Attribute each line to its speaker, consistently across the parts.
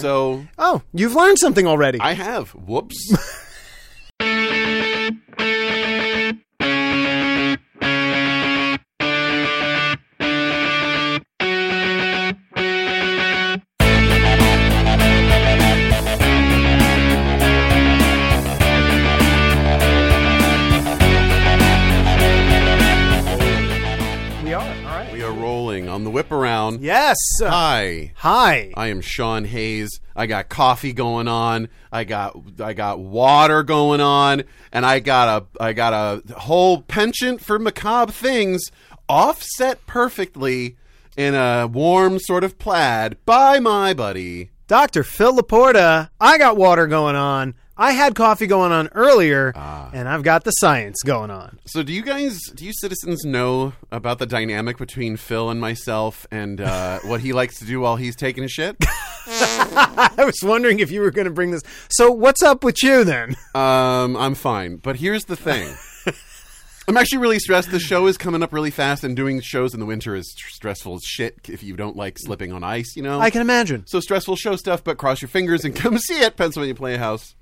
Speaker 1: So
Speaker 2: Oh, you've learned something already.
Speaker 1: I have. Whoops.
Speaker 2: we are. All right.
Speaker 1: we are rolling on the whip around.
Speaker 2: Yes.
Speaker 1: Hi.
Speaker 2: Hi.
Speaker 1: I am Sean Hayes. I got coffee going on. I got I got water going on, and I got a I got a whole penchant for macabre things, offset perfectly in a warm sort of plaid by my buddy.
Speaker 2: Dr. Phil Laporta, I got water going on. I had coffee going on earlier,
Speaker 1: Ah.
Speaker 2: and I've got the science going on.
Speaker 1: So, do you guys, do you citizens know about the dynamic between Phil and myself, and uh, what he likes to do while he's taking a shit?
Speaker 2: I was wondering if you were going to bring this. So, what's up with you then?
Speaker 1: Um, I'm fine. But here's the thing. I'm actually really stressed. The show is coming up really fast, and doing shows in the winter is tr- stressful as shit if you don't like slipping on ice, you know?
Speaker 2: I can imagine.
Speaker 1: so stressful show stuff, but cross your fingers and come see it, Pennsylvania Playhouse,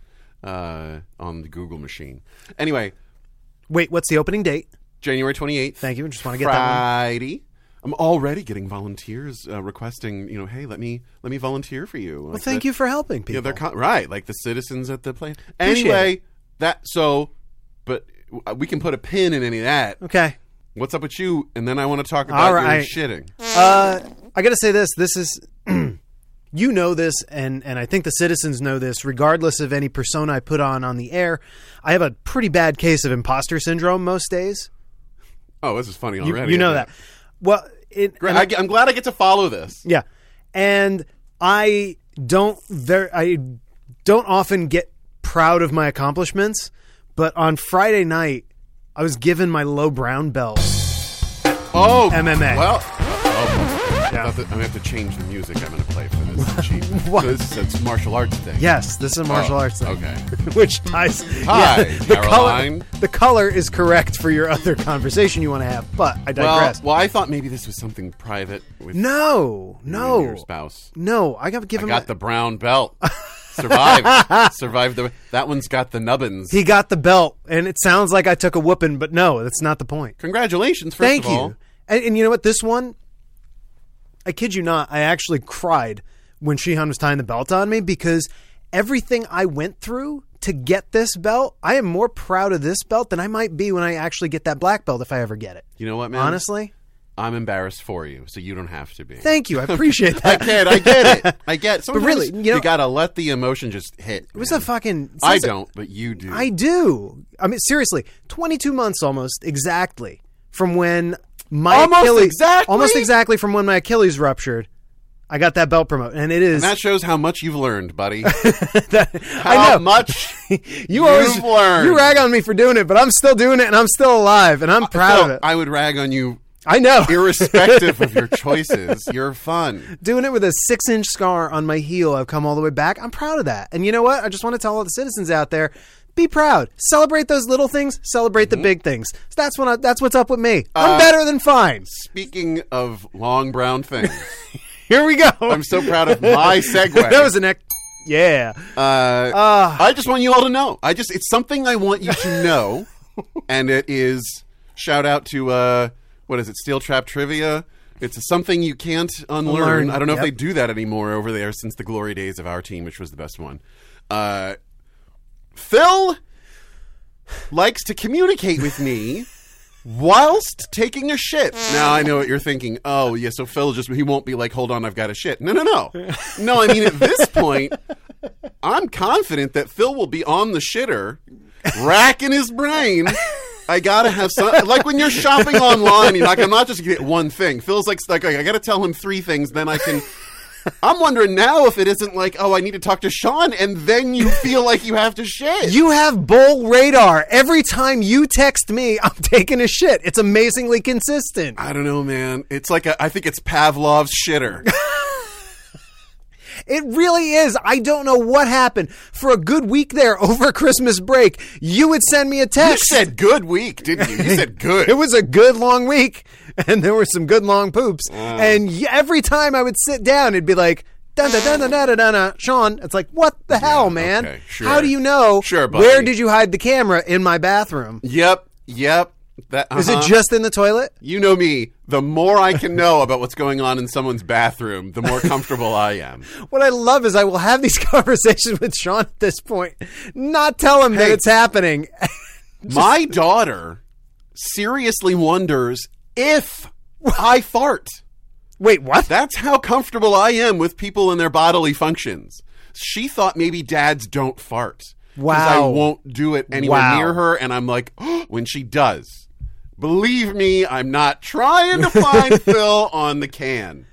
Speaker 1: uh, on the Google machine. Anyway,
Speaker 2: Wait, what's the opening date?
Speaker 1: January 28th.
Speaker 2: Thank you. Just want to get that one.
Speaker 1: Friday. I'm already getting volunteers uh, requesting, you know, hey, let me let me volunteer for you.
Speaker 2: Well, thank you for helping people.
Speaker 1: Yeah, they're con- right, like the citizens at the play.
Speaker 2: Appreciate
Speaker 1: Anyway, that so, but w- we can put a pin in any of that.
Speaker 2: okay.
Speaker 1: What's up with you? And then I want to talk about
Speaker 2: right.
Speaker 1: your shitting.
Speaker 2: Uh, I got to say this. This is. You know this, and, and I think the citizens know this, regardless of any persona I put on on the air. I have a pretty bad case of imposter syndrome most days.
Speaker 1: Oh, this is funny
Speaker 2: You,
Speaker 1: already.
Speaker 2: you know
Speaker 1: isn't
Speaker 2: that.
Speaker 1: it?
Speaker 2: Well, it,
Speaker 1: Great. I, am glad I get to follow this.
Speaker 2: Yeah, and I don't there I don't often get proud of my accomplishments, but on Friday night I was given my low brown belt. Mm-hmm.
Speaker 1: Oh,
Speaker 2: MMA.
Speaker 1: Well, oh, I thought that- I'm gonna have to change the music I'm gonna play for this. cheap.
Speaker 2: What?
Speaker 1: So this is it's martial arts thing.
Speaker 2: Yes, this is a martial
Speaker 1: Oh,
Speaker 2: arts thing.
Speaker 1: okay.
Speaker 2: Which ties.
Speaker 1: Hi, Caroline.
Speaker 2: color. The color is correct for your other conversation you want to have, but I
Speaker 1: Well,
Speaker 2: digress.
Speaker 1: well, I thought maybe this was something private with you
Speaker 2: no,
Speaker 1: and your
Speaker 2: no,
Speaker 1: spouse.
Speaker 2: no. I got given.
Speaker 1: got
Speaker 2: my-
Speaker 1: the brown belt. Survived. Survived the. That one's got the nubbins.
Speaker 2: he got the belt, and it sounds like I took a whooping, but no, that's not the point.
Speaker 1: Congratulations, first
Speaker 2: Thank
Speaker 1: of all.
Speaker 2: you. And, and you know what? This one, I kid you not, I actually cried when Sheehan was tying the belt on me because everything I went through to get this belt, I am more proud of this belt than I might be when I actually get that black belt if I ever get it.
Speaker 1: You know what, man?
Speaker 2: Honestly,
Speaker 1: I'm embarrassed for you, so you don't have to be.
Speaker 2: thank you. I appreciate
Speaker 1: I
Speaker 2: that.
Speaker 1: get, I get it. I get. Sometimes
Speaker 2: really, you know-
Speaker 1: gotta let the emotion just hit.
Speaker 2: It was a fucking.
Speaker 1: I don't, but you do.
Speaker 2: I do. I mean, seriously, 22 months almost exactly from when my
Speaker 1: Almost
Speaker 2: Achilles
Speaker 1: exactly?
Speaker 2: almost exactly from when my Achilles ruptured. I got that belt promote, and it is
Speaker 1: that shows how much you've learned, buddy.
Speaker 2: I
Speaker 1: how
Speaker 2: know.
Speaker 1: much
Speaker 2: You always
Speaker 1: you've learned.
Speaker 2: you rag on me for doing it, but I'm still doing it, and I'm still alive, and I'm proud of
Speaker 1: No,
Speaker 2: it. I,
Speaker 1: I would rag on you,
Speaker 2: know.
Speaker 1: irrespective of your choices. You're fun.
Speaker 2: doing it with a six inch scar on my heel. I've come all the way back. I'm proud of that. And you know what? I just want to tell all the citizens out there. Be proud. Celebrate those little things. Celebrate
Speaker 1: Mm-hmm.
Speaker 2: the big things. So that's what I, that's what's up with me.
Speaker 1: Uh,
Speaker 2: I'm better than fine.
Speaker 1: Speaking of long brown things,
Speaker 2: Here we go.
Speaker 1: I'm so proud of my segue.
Speaker 2: that was an ec- yeah.
Speaker 1: Uh, I just want you all to know. I just it's something I want you to know, and it is shout out to uh, what is it? Steel Trap Trivia. It's something you can't unlearn.
Speaker 2: Unlearn,
Speaker 1: I don't know if
Speaker 2: yep.
Speaker 1: they do that anymore over there since the glory days of our team, which was the best one. Uh, Phil likes to communicate with me whilst taking a shit. Now I know what you're thinking. Oh, yeah, so Phil just he won't be like, "Hold on, I've got a shit." No, no, no. No, I mean at this point, I'm confident that Phil will be on the shitter, racking his brain. I gotta have some. Like when you're shopping online, you're like, I'm not just gonna get one thing. Phil's like, like I gotta tell him three things, then I can. I'm wondering now if it isn't like, oh, I need to talk to Sean, and then you feel like you have to shit.
Speaker 2: You have bull radar. Every time you text me, I'm taking a shit. It's amazingly consistent.
Speaker 1: I don't know, man. It's like a, I think it's Pavlov's shitter.
Speaker 2: It really is. I don't know what happened. For a good week there over Christmas break, you would send me a
Speaker 1: You
Speaker 2: text.
Speaker 1: said good week, didn't you? You said good.
Speaker 2: it was a good long
Speaker 1: Ah.
Speaker 2: week, and there were some good long poops. And y- every time I would sit down, it'd be like, dun dun dun dun dun dun, dun, dun. Sean, it's like, what the hell, man?
Speaker 1: okay, sure.
Speaker 2: How do you know?
Speaker 1: Sure, buddy.
Speaker 2: Where did you hide the camera in my bathroom?
Speaker 1: Yep, yep. That uh
Speaker 2: Is it just in the toilet?
Speaker 1: you know me? The more I can know about what's going on in someone's bathroom, the more comfortable I am.
Speaker 2: What I love is I will have these conversations with Sean at this point, not tell him that
Speaker 1: Hey.
Speaker 2: it's happening.
Speaker 1: My daughter seriously wonders if I fart.
Speaker 2: Wait, what?
Speaker 1: That's how comfortable I am with people and their bodily functions. She thought maybe dads don't fart. 'Cause I
Speaker 2: Wow.
Speaker 1: won't do it anywhere
Speaker 2: Wow.
Speaker 1: near her. And I'm like, "Oh," when she does, believe me, I'm not trying to find Phil on the can.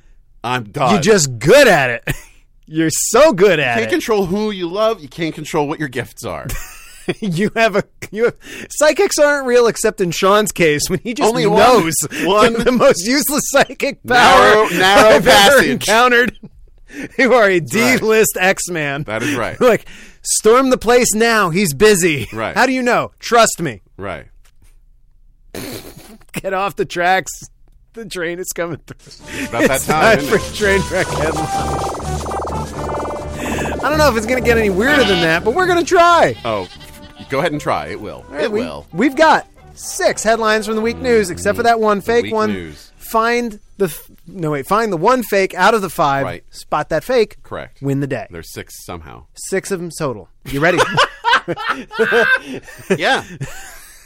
Speaker 1: I'm done.
Speaker 2: You're just good at it. You're so good at
Speaker 1: can't
Speaker 2: it.
Speaker 1: control who you love. You can't control what your gifts are.
Speaker 2: you have a you have psychics aren't real except in Sean's case when he just
Speaker 1: Only one-
Speaker 2: knows
Speaker 1: one-
Speaker 2: the most useless psychic power
Speaker 1: Narrow- narrow
Speaker 2: I've ever
Speaker 1: passage.
Speaker 2: encountered. You are a D
Speaker 1: right.
Speaker 2: list X man.
Speaker 1: That is right.
Speaker 2: like storm the place now. He's busy.
Speaker 1: Right.
Speaker 2: How do you know? Trust me.
Speaker 1: right.
Speaker 2: Get off the tracks. The train is coming through.
Speaker 1: About that
Speaker 2: It's time
Speaker 1: time.
Speaker 2: for
Speaker 1: isn't
Speaker 2: train wreck headline. I don't know if it's going to get any weirder than that, but we're going to try.
Speaker 1: it? Oh, go ahead and try. It will. it
Speaker 2: we,
Speaker 1: will.
Speaker 2: We've got six headlines from the week news, except for that one fake
Speaker 1: Mm, week
Speaker 2: one.
Speaker 1: news.
Speaker 2: Find the f- no wait, find the one fake out of the five.
Speaker 1: Right.
Speaker 2: Spot that fake.
Speaker 1: Correct.
Speaker 2: Win the day.
Speaker 1: There's six somehow.
Speaker 2: Six of them total. You ready?
Speaker 1: Yeah.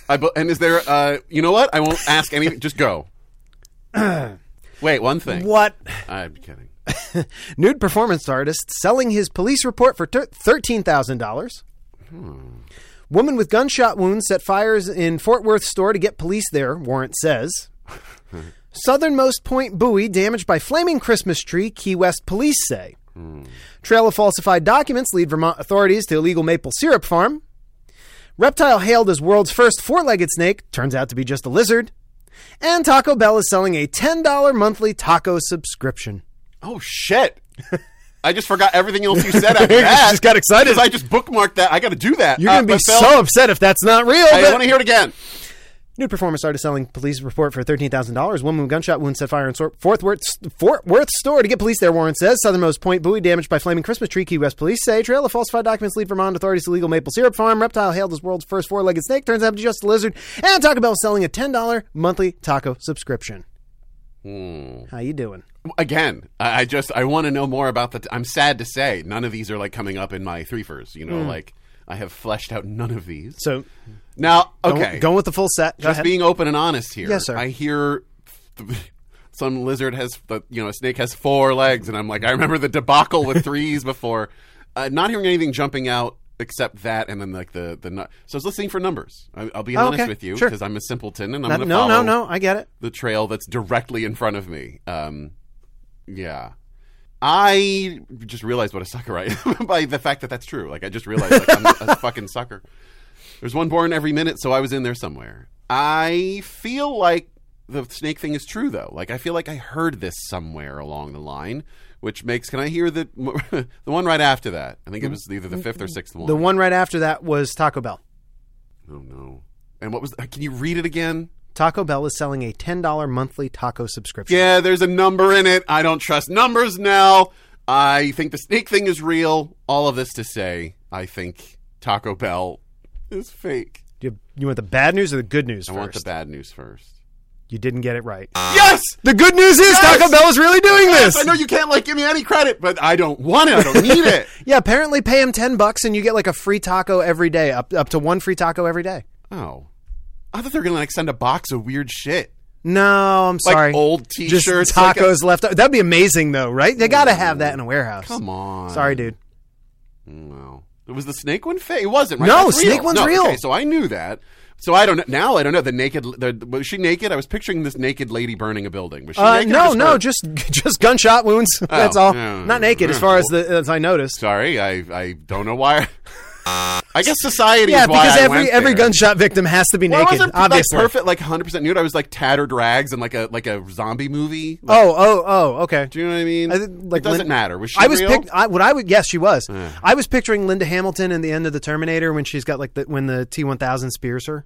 Speaker 1: I bu- and is there? Uh, you know what? I won't ask anything. Just go. Wait, one thing.
Speaker 2: what?
Speaker 1: I'm kidding.
Speaker 2: Nude performance artist selling his police report for ter- thirteen thousand dollars. Hmm. Woman with gunshot wounds set fires in Fort Worth store to get police there. Warrant says. Southernmost Point buoy damaged by flaming Christmas tree. Key West police say. Trail of falsified documents lead Vermont authorities to illegal maple syrup farm. Reptile hailed as world's first four legged snake turns out to be just a lizard. And Taco Bell is selling a $10 monthly taco subscription.
Speaker 1: Oh shit! I just forgot everything else you said after that.
Speaker 2: just got excited.
Speaker 1: 'Cause I just bookmarked that. I got to do that.
Speaker 2: You're
Speaker 1: Uh,
Speaker 2: going to be
Speaker 1: but Phil,
Speaker 2: so upset if that's not real.
Speaker 1: I
Speaker 2: but-
Speaker 1: want to hear it again.
Speaker 2: New performance artist selling police report for $13,000. Woman with gunshot wound set fire in Sor- Fort Worth, Fort Worth store to get police there, Warren says. Southernmost Point buoy damaged by flaming Christmas tree. Key West police say. Trail of falsified documents lead Vermont authorities to legal maple syrup farm. Reptile hailed as world's first four legged snake. Turns out to be just a lizard. And Taco Bell selling a $10 monthly taco subscription. How you doing?
Speaker 1: Again, I, I just I want to know more about the. T- I'm sad to say, none of these are like coming up in my threefers. You
Speaker 2: Hmm.
Speaker 1: know, like I have fleshed out none of these.
Speaker 2: So,
Speaker 1: Now,
Speaker 2: going,
Speaker 1: okay,
Speaker 2: going with the full set. Go
Speaker 1: just
Speaker 2: ahead.
Speaker 1: being open and honest here.
Speaker 2: Yes, sir.
Speaker 1: I hear th- some lizard has, the- you know, a snake has four legs, and I'm like, I remember the debacle with threes before. Uh, not hearing anything jumping out except that, and then like the the. Nu- so I was listening for numbers. I, I'll be honest
Speaker 2: okay.
Speaker 1: with you
Speaker 2: Sure.
Speaker 1: because I'm a simpleton, and I'm
Speaker 2: Uh,
Speaker 1: going to
Speaker 2: no,
Speaker 1: follow
Speaker 2: no, no. I get it.
Speaker 1: the trail that's directly in front of me. Um, yeah. I just realized what a sucker I am by the fact that that's true. Like, I just realized like, I'm a fucking sucker. There's one born every minute, so I was in there somewhere. I feel like the snake thing is true, though. Like, I feel like I heard this somewhere along the line, which makes. Can I hear the the one right after that? I think it was either the fifth or sixth one.
Speaker 2: The one right after that was Taco Bell.
Speaker 1: oh no! And what was? uh, Can you read it again?
Speaker 2: Taco Bell is selling a $10 monthly taco subscription.
Speaker 1: Yeah, there's a number in it. I don't trust numbers now. I think the snake thing is real. All of this to say, I think Taco Bell is fake.
Speaker 2: Do You, you want the bad news or the good news
Speaker 1: I
Speaker 2: first?
Speaker 1: want the Uh, bad news first.
Speaker 2: you didn't get it right.
Speaker 1: Yes!
Speaker 2: The good news is Taco Bell is really doing
Speaker 1: Yes!
Speaker 2: this.
Speaker 1: I know you can't like give me any credit, but I don't want it. I don't need it.
Speaker 2: Yeah, apparently pay him 10 bucks and you get like a free taco every day, up up to one free taco every day.
Speaker 1: Oh. I thought they were gonna like send a box of weird shit.
Speaker 2: No, I'm
Speaker 1: Like
Speaker 2: sorry.
Speaker 1: old t
Speaker 2: Just
Speaker 1: shirts.
Speaker 2: tacos left up. That'd be amazing though, right? They got to have that in a warehouse.
Speaker 1: come on.
Speaker 2: Sorry, dude.
Speaker 1: No. Was the snake one fake? It wasn't, right?
Speaker 2: No,
Speaker 1: That's
Speaker 2: snake one's
Speaker 1: No,
Speaker 2: real.
Speaker 1: Okay, so I knew that. So I don't know. Now I don't know. The naked, the, was she naked? I was picturing this naked lady burning a building. Was she
Speaker 2: Uh,
Speaker 1: naked? or
Speaker 2: no,
Speaker 1: just
Speaker 2: no,
Speaker 1: burnt?
Speaker 2: just just gunshot wounds. That's all.
Speaker 1: yeah.
Speaker 2: Not naked, as far as the as I noticed.
Speaker 1: Sorry, I, I don't know why. I guess society
Speaker 2: Yeah,
Speaker 1: is why
Speaker 2: because
Speaker 1: I
Speaker 2: every
Speaker 1: went
Speaker 2: every
Speaker 1: there.
Speaker 2: gunshot victim has to be
Speaker 1: Well, I
Speaker 2: naked.
Speaker 1: wasn't,
Speaker 2: obviously.
Speaker 1: like perfect, like hundred percent nude. I was like tattered rags and like a like a zombie movie. Like,
Speaker 2: Oh, oh, oh. Okay.
Speaker 1: do you know what I mean?
Speaker 2: I think, like,
Speaker 1: it doesn't
Speaker 2: Lin-
Speaker 1: matter. Was she
Speaker 2: I was
Speaker 1: real?
Speaker 2: pic- I, what I would yes she was I was picturing Linda Hamilton in the end of the Terminator when she's got like the when the T one thousand spears her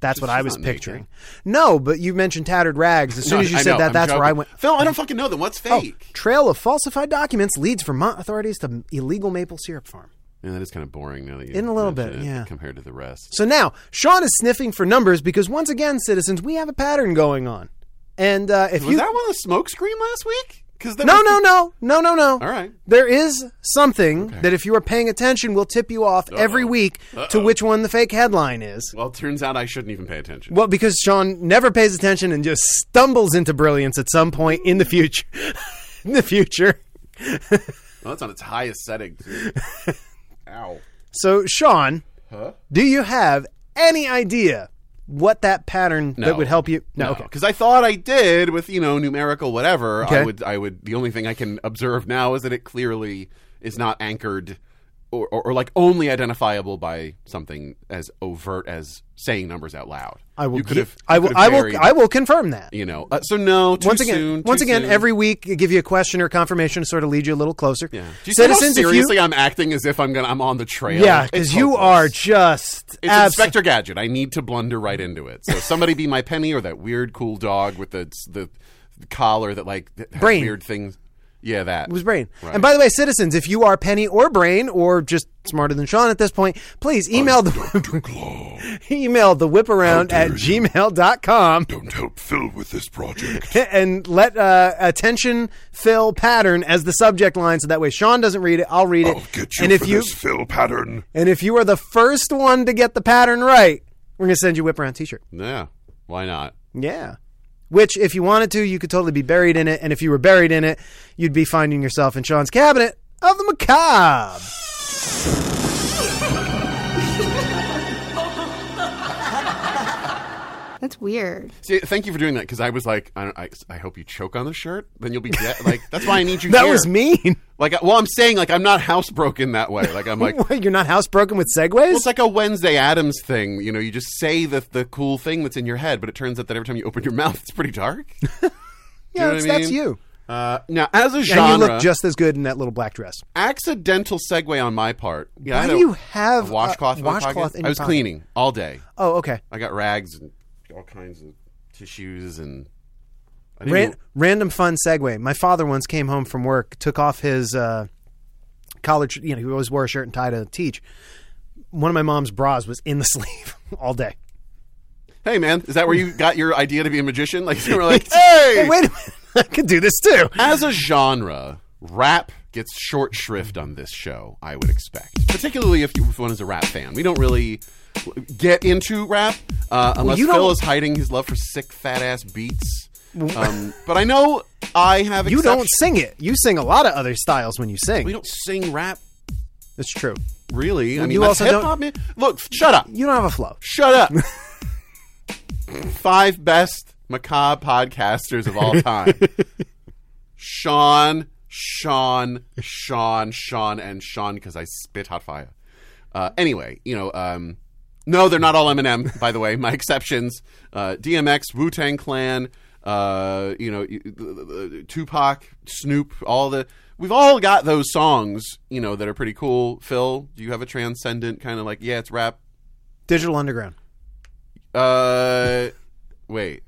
Speaker 2: That's what I
Speaker 1: she's
Speaker 2: was
Speaker 1: not naked.
Speaker 2: picturing. No, but you mentioned tattered rags. As soon as you
Speaker 1: I
Speaker 2: said
Speaker 1: know,
Speaker 2: that,
Speaker 1: I'm
Speaker 2: that's where
Speaker 1: joking.
Speaker 2: I went. Oh.
Speaker 1: Phil, I don't fucking know them. What's fake?
Speaker 2: Trail of falsified documents leads Vermont authorities to illegal maple syrup farm.
Speaker 1: Yeah, that is kind of boring now that you
Speaker 2: In a little
Speaker 1: mention
Speaker 2: bit,
Speaker 1: it
Speaker 2: yeah.
Speaker 1: compared to the rest.
Speaker 2: So now Sean is sniffing for numbers because once again, citizens, we have a pattern going on. And uh, if
Speaker 1: Was
Speaker 2: you
Speaker 1: that one the smoke screen last week? Because
Speaker 2: no no no no no no
Speaker 1: All right.
Speaker 2: there is something that if you are paying attention will tip you off every week to which one the fake headline is.
Speaker 1: Well, it turns out I shouldn't even pay attention.
Speaker 2: Well, because Sean never pays attention and just stumbles into brilliance at some point in the future. in the future.
Speaker 1: Well, that's on its highest setting. Too. Ow.
Speaker 2: So, Sean,
Speaker 1: Huh?
Speaker 2: do you have any idea what that pattern that would help you? No. Okay.
Speaker 1: Because I thought I did with you know numerical whatever.
Speaker 2: Okay.
Speaker 1: I would. I would. The only thing I can observe now is that it clearly is not anchored, or, or, or like only identifiable by something as overt as saying numbers out loud.
Speaker 2: I will.
Speaker 1: You could
Speaker 2: gi-
Speaker 1: have.
Speaker 2: I
Speaker 1: you
Speaker 2: will.
Speaker 1: could
Speaker 2: I
Speaker 1: have
Speaker 2: will.
Speaker 1: varied,
Speaker 2: I will confirm that.
Speaker 1: You know. Uh, so no. Too
Speaker 2: Once again,
Speaker 1: soon, too
Speaker 2: once again,
Speaker 1: soon.
Speaker 2: every week I give you a question or confirmation to sort of lead you a little closer.
Speaker 1: Yeah. Do you see how
Speaker 2: if
Speaker 1: seriously I'm acting as if I'm gonna. I'm on the trail.
Speaker 2: you, yeah,
Speaker 1: It's
Speaker 2: because you
Speaker 1: hopeless.
Speaker 2: are just
Speaker 1: It's
Speaker 2: abs-
Speaker 1: Inspector Gadget. I need to blunder right into it. So somebody be my penny or that weird cool dog with the the collar that like that has
Speaker 2: Brain.
Speaker 1: weird things. Yeah, that.
Speaker 2: was brain.
Speaker 1: Right.
Speaker 2: And by the way, citizens, if you are Penny or Brain or just smarter than Sean at this point, please email the email the whip around at gmail.com
Speaker 3: Don't help Phil with this project.
Speaker 2: and let uh, attention fill pattern as the subject line so that way Sean doesn't read it, I'll read it.
Speaker 3: I'll get you
Speaker 2: and if
Speaker 3: for
Speaker 2: you
Speaker 3: this Phil pattern.
Speaker 2: and if you are the first one to get the pattern right, we're going to send you a whip around t-shirt.
Speaker 1: Yeah. Why not?
Speaker 2: Yeah. Which, if you wanted to, you could totally be buried in it. And if you were buried in it, you'd be finding yourself in Sean's cabinet of the macabre.
Speaker 4: That's weird.
Speaker 1: See, thank you for doing that because I was like, I, don't, I, I hope you choke on the shirt. Then you'll be dead. like, that's why I need you.
Speaker 2: That
Speaker 1: here.
Speaker 2: was mean.
Speaker 1: Like, well, I'm saying like I'm not housebroken that way. Like I'm like. well,
Speaker 2: What, You're not housebroken with segways?
Speaker 1: it's like a Wednesday Adams thing, you know. You just say the the cool thing that's in your head, but it turns out that every time you open your mouth, it's pretty dark.
Speaker 2: yeah,
Speaker 1: know what
Speaker 2: that's,
Speaker 1: I
Speaker 2: that's
Speaker 1: mean?
Speaker 2: you.
Speaker 1: Uh, now, as a
Speaker 2: And
Speaker 1: genre,
Speaker 2: you look just as good in that little black dress.
Speaker 1: accidental segue on my part. Yeah, I
Speaker 2: Why
Speaker 1: had
Speaker 2: do
Speaker 1: a-
Speaker 2: you have
Speaker 1: a washcloth?
Speaker 2: a
Speaker 1: in my
Speaker 2: washcloth
Speaker 1: pocket?
Speaker 2: in
Speaker 1: I
Speaker 2: your
Speaker 1: was
Speaker 2: pocket?
Speaker 1: cleaning all day.
Speaker 2: Oh, okay.
Speaker 1: I got rags and all kinds of tissues and. I didn't
Speaker 2: Ran-
Speaker 1: even-
Speaker 2: random fun segue. My father once came home from work, took off his uh, college. You know, he always wore a shirt and tie to teach. One of my mom's bras was in the sleeve all day.
Speaker 1: hey man, is that where you got your idea to be a magician? Like you were like, hey,
Speaker 2: Hey, wait a minute. I could do this too.
Speaker 1: as a genre, rap gets short shrift on this show. I would expect, particularly if, you, if one is a rap fan. We don't really get into rap uh, unless
Speaker 2: you
Speaker 1: Phil
Speaker 2: don't-
Speaker 1: is hiding his love for sick fat ass beats. Um, but I know I have.
Speaker 2: You don't
Speaker 1: exceptions.
Speaker 2: sing it. You sing a lot of other styles when you
Speaker 1: We
Speaker 2: sing.
Speaker 1: don't sing rap
Speaker 2: That's true.
Speaker 1: Really? I mean,
Speaker 2: you
Speaker 1: that's
Speaker 2: also don't-
Speaker 1: hip-hop, man. Look, f- shut up.
Speaker 2: You don't have a flow.
Speaker 1: Shut up. Five best macabre podcasters of all time. Sean, Sean, Sean, Sean, and Sean, because I spit hot fire. Uh, anyway, you know, um, no, they're not all Eminem, by the way. My exceptions uh, DMX, Wu Tang Clan, uh, you know, y- uh, Tupac, Snoop, all the. We've all got those songs, you know, that are pretty cool. Phil, do you have a transcendent kind of like, yeah, it's rap,
Speaker 2: Digital Underground.
Speaker 1: uh, wait.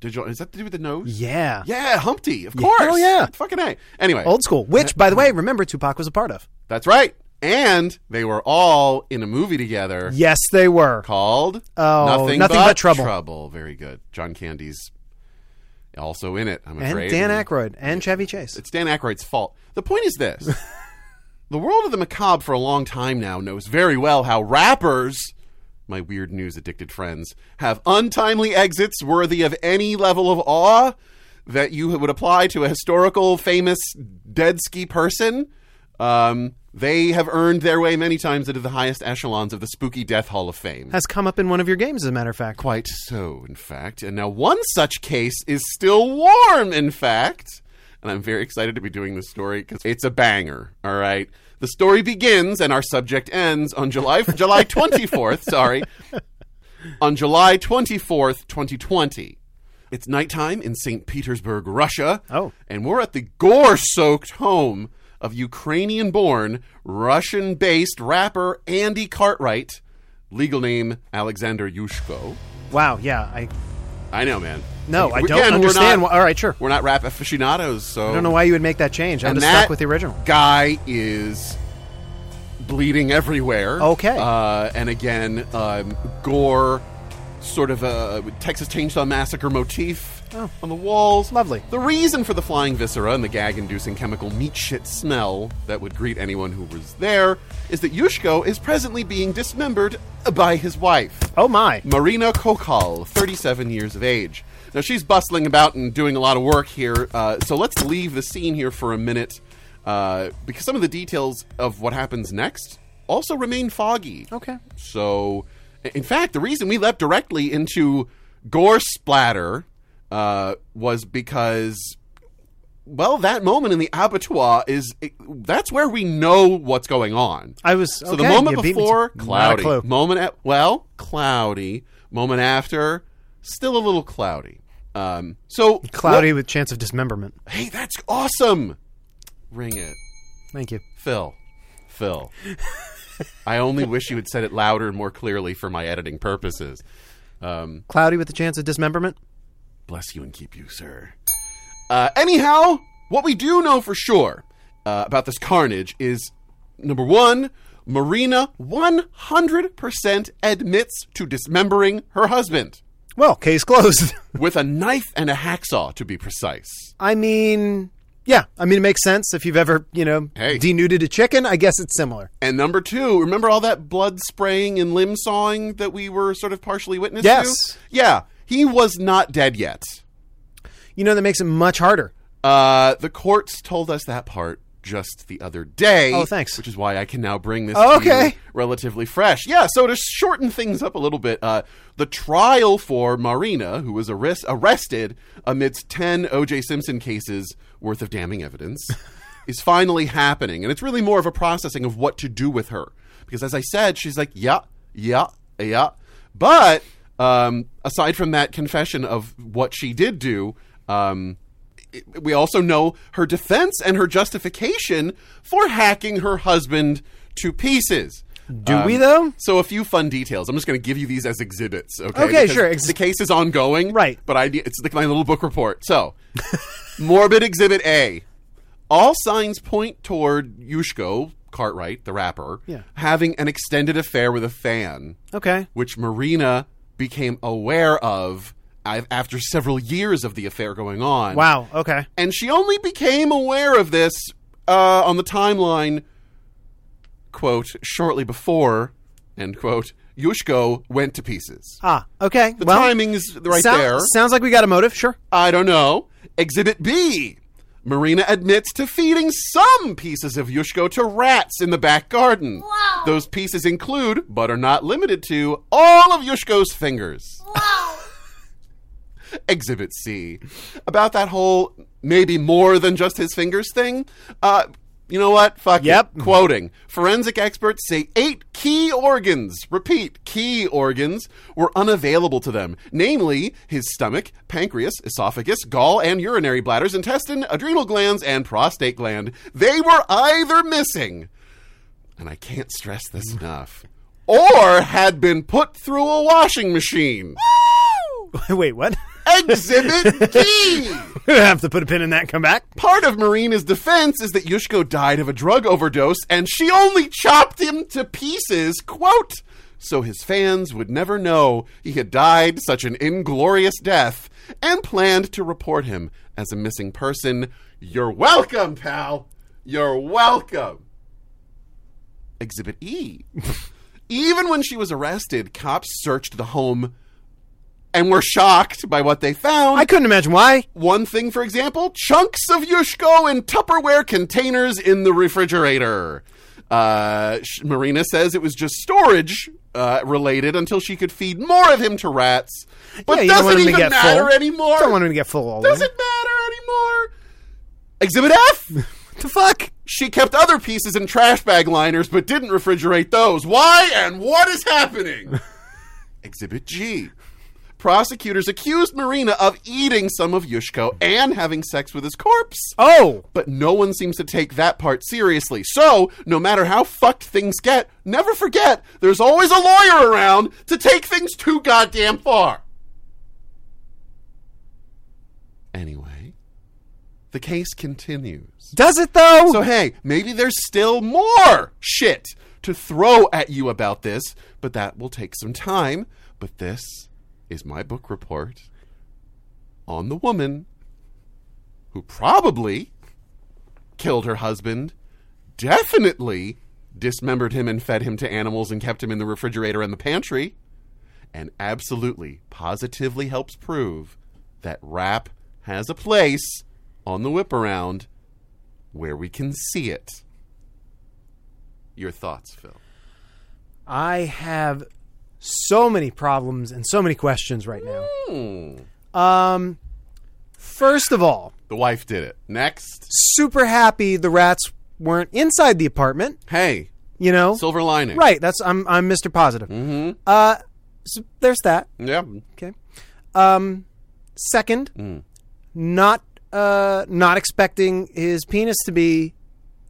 Speaker 1: Digital is that to do with the nose?
Speaker 2: Yeah.
Speaker 1: Yeah, Humpty, of course.
Speaker 2: hell yeah. Oh.
Speaker 1: fucking a. Anyway,
Speaker 2: Old school. Which, by the way, remember Tupac was a part of.
Speaker 1: that's right. And they were all in a movie together
Speaker 2: Yes, they were.
Speaker 1: called
Speaker 2: Oh,
Speaker 1: Nothing,
Speaker 2: Nothing But Trouble.
Speaker 1: Trouble. Very good. John Candy's also in it. I'm
Speaker 2: And
Speaker 1: afraid.
Speaker 2: Dan Aykroyd and Chevy Chase.
Speaker 1: It's Dan Aykroyd's fault. The point is this: the world of the macabre for a long time now knows very well how rappers, my weird news addicted friends, have untimely exits worthy of any level of awe that you would apply to a historical, famous dead ski person. Um, they have earned their way many times into the highest echelons of the spooky death hall of fame.
Speaker 2: Has come up in one of your games, as a matter of fact.
Speaker 1: Quite so, in fact. And now one such case is still warm, in fact. And I'm very excited to be doing this story because it's a banger, all right? The story begins and our subject ends on July July 24th, sorry. On July 24th, 2020. It's nighttime in St. Petersburg, Russia.
Speaker 2: Oh.
Speaker 1: And we're at the gore soaked home of Ukrainian born, Russian based rapper Andy Cartwright, legal name Alexander Yushko.
Speaker 2: Wow. Yeah. I
Speaker 1: I know, man.
Speaker 2: no. I
Speaker 1: We-
Speaker 2: don't
Speaker 1: again,
Speaker 2: understand.
Speaker 1: We're not,
Speaker 2: why, all right. Sure.
Speaker 1: we're not rap aficionados, so
Speaker 2: I don't know why you would make that change. I'm
Speaker 1: Oh. And
Speaker 2: just
Speaker 1: that
Speaker 2: stuck with the original.
Speaker 1: guy is bleeding everywhere.
Speaker 2: Okay.
Speaker 1: Uh, and again, um, gore, sort of a Texas Chainsaw Massacre motif
Speaker 2: Oh.
Speaker 1: on the walls.
Speaker 2: Lovely.
Speaker 1: The reason for the flying viscera and the gag-inducing chemical meat shit smell that would greet anyone who was there is that Yushko is presently being dismembered by his wife.
Speaker 2: Oh my.
Speaker 1: Marina Kokal, 37 years of age. Now, she's bustling about and doing a lot of work here, uh, so let's leave the scene here for a minute uh, because some of the details of what happens next also remain foggy.
Speaker 2: Okay.
Speaker 1: So, in fact, the reason we leapt directly into gore splatter uh, was because, well, that moment in the abattoir is that's where we know what's going on.
Speaker 2: I was
Speaker 1: So the
Speaker 2: okay,
Speaker 1: moment
Speaker 2: you beat me to-
Speaker 1: before,
Speaker 2: not a
Speaker 1: cloudy.
Speaker 2: clue.
Speaker 1: Moment at well, cloudy. Moment after, still a little cloudy. Um, so
Speaker 2: Cloudy with chance of dismemberment.
Speaker 1: what- hey, that's awesome. Ring it,
Speaker 2: Thank you.
Speaker 1: Phil. Phil. I only wish you had said it louder and more clearly for my editing purposes. Um,
Speaker 2: Cloudy with the chance of dismemberment.
Speaker 1: bless you and keep you, sir. Uh, anyhow, what we do know for sure uh, about this carnage is number one, Marina 100% admits to dismembering her husband
Speaker 2: Well, case closed.
Speaker 1: with a knife and a hacksaw, to be precise.
Speaker 2: I mean, yeah. I mean, it makes sense if you've ever, you know,
Speaker 1: Hey.
Speaker 2: denuded a chicken. I guess it's similar.
Speaker 1: And number two, remember all that blood spraying and limb sawing that we were sort of partially witness
Speaker 2: Yes.
Speaker 1: to? Yeah, he was not dead yet.
Speaker 2: You know, that makes it much harder.
Speaker 1: Uh, the courts told us that part just the other day.
Speaker 2: Oh, thanks.
Speaker 1: Which is why I can now bring this
Speaker 2: Oh,
Speaker 1: to you
Speaker 2: okay.
Speaker 1: relatively fresh. Yeah, so to shorten things up a little bit, uh, the trial for Marina, who was arrest- arrested amidst 10 O.J. Simpson cases worth of damning evidence, is finally happening. And it's really more of a processing of what to do with her. Because as I said, she's like, yeah, yeah, yeah. But um, aside from that confession of what she did do, um, it- we also know her defense and her justification for hacking her husband to pieces. Um,
Speaker 2: Do we, though?
Speaker 1: So a few fun details. I'm just going to give you these as exhibits. Okay.
Speaker 2: Okay,
Speaker 1: Because
Speaker 2: sure. Ex-
Speaker 1: the case is ongoing.
Speaker 2: Right.
Speaker 1: But I it's like my little book report. So, morbid exhibit A. All signs point toward Yushko Cartwright, the rapper,
Speaker 2: Yeah.
Speaker 1: having an extended affair with a fan
Speaker 2: Okay.
Speaker 1: which Marina became aware of uh, after several years of the affair going on.
Speaker 2: Wow. Okay.
Speaker 1: And she only became aware of this uh, on the timeline, quote, shortly before, end quote, Yushko went to pieces.
Speaker 2: Ah. Okay.
Speaker 1: The
Speaker 2: well,
Speaker 1: timing's right
Speaker 2: sou-
Speaker 1: there.
Speaker 2: Sounds like we got a motive. Sure.
Speaker 1: I don't know. Exhibit B. Marina admits to feeding some pieces of Yushko to rats in the back garden. Those pieces include, but are not limited to, all of Yushko's fingers. Exhibit C. About that whole maybe more than just his fingers thing. Uh, you know what? Fuck it.
Speaker 2: Yep.
Speaker 1: Quoting forensic experts say eight key organs. Repeat, key organs were unavailable to them, namely his stomach, pancreas, esophagus, gall and urinary bladders, intestine, adrenal glands, and prostate gland. They were either missing, and I can't stress this enough, or had been put through a washing machine.
Speaker 2: Wait. What?
Speaker 1: Exhibit D.
Speaker 2: I have to put a pin in that. and Come back.
Speaker 1: Part of Marina's defense is that Yushko died of a drug overdose and she only chopped him to pieces, quote, so his fans would never know he had died such an inglorious death and planned to report him as a missing person. You're welcome, pal. You're welcome. Exhibit E. Even when she was arrested, cops searched the home and were shocked by what they found.
Speaker 2: I couldn't imagine why.
Speaker 1: One thing, for example, chunks of Yushko in Tupperware containers in the refrigerator. Uh, sh- Marina says it was just storage uh, related until she could feed more of him to rats. But
Speaker 2: Yeah, you don't want
Speaker 1: doesn't
Speaker 2: him to
Speaker 1: even
Speaker 2: get
Speaker 1: matter
Speaker 2: full.
Speaker 1: anymore.
Speaker 2: Don't want him to get full all the
Speaker 1: doesn't matter anymore. Exhibit F.
Speaker 2: the fuck?
Speaker 1: she kept other pieces in trash bag liners but didn't refrigerate those. Why and what is happening? Exhibit G. prosecutors accused Marina of eating some of Yushko and having sex with his corpse.
Speaker 2: Oh,
Speaker 1: But no one seems to take that part seriously. So, no matter how fucked things get, never forget there's always a lawyer around to take things too goddamn far. Anyway, the case continues.
Speaker 2: does it though?
Speaker 1: So hey, maybe there's still more shit to throw at you about this, but that will take some time. But this is my book report on the woman who probably killed her husband, definitely dismembered him and fed him to animals and kept him in the refrigerator and the pantry, and absolutely positively helps prove that rap has a place on the whip around where we can see it. Your thoughts, Phil?
Speaker 2: I have so many problems and so many questions right now. Um, first of all,
Speaker 1: The wife did it. Next.
Speaker 2: super happy the rats weren't inside the apartment.
Speaker 1: Hey,
Speaker 2: You know,
Speaker 1: silver lining.
Speaker 2: right? That's I'm I'm Mr. Positive. Mm-hmm. Uh, so there's that.
Speaker 1: Yeah.
Speaker 2: Okay. Um, second,
Speaker 1: Hmm.
Speaker 2: not uh not expecting his penis to be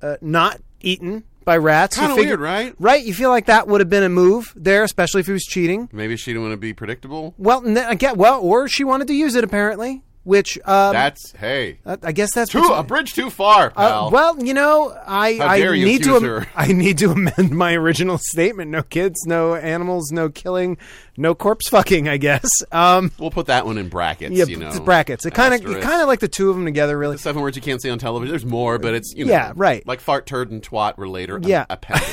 Speaker 2: uh, not eaten by rats. You
Speaker 1: Kind of
Speaker 2: figure-
Speaker 1: weird, right?
Speaker 2: Right, you feel like that would have been a move there, especially if he was cheating.
Speaker 1: Maybe she didn't want to be predictable.
Speaker 2: Well, n- I get well, or she wanted to use it apparently, which um,
Speaker 1: That's hey,
Speaker 2: uh, I guess that's
Speaker 1: too
Speaker 2: between-
Speaker 1: a bridge too far, pal.
Speaker 2: Uh, well, you know, I
Speaker 1: How
Speaker 2: I
Speaker 1: dare you
Speaker 2: need to
Speaker 1: accuse
Speaker 2: am-
Speaker 1: her.
Speaker 2: I need to amend my original statement. No kids, no animals, no killing, no corpse fucking. I guess. Um,
Speaker 1: we'll put that one in brackets.
Speaker 2: yeah,
Speaker 1: you know,
Speaker 2: it's brackets. It kind of
Speaker 1: Asterisk.
Speaker 2: kind of like the two of them together, really.
Speaker 1: seven words you can't say on television. There's more, but it's you know,
Speaker 2: Yeah, right.
Speaker 1: Like fart, turd, and twat were later.
Speaker 2: Yeah.
Speaker 1: a- appended.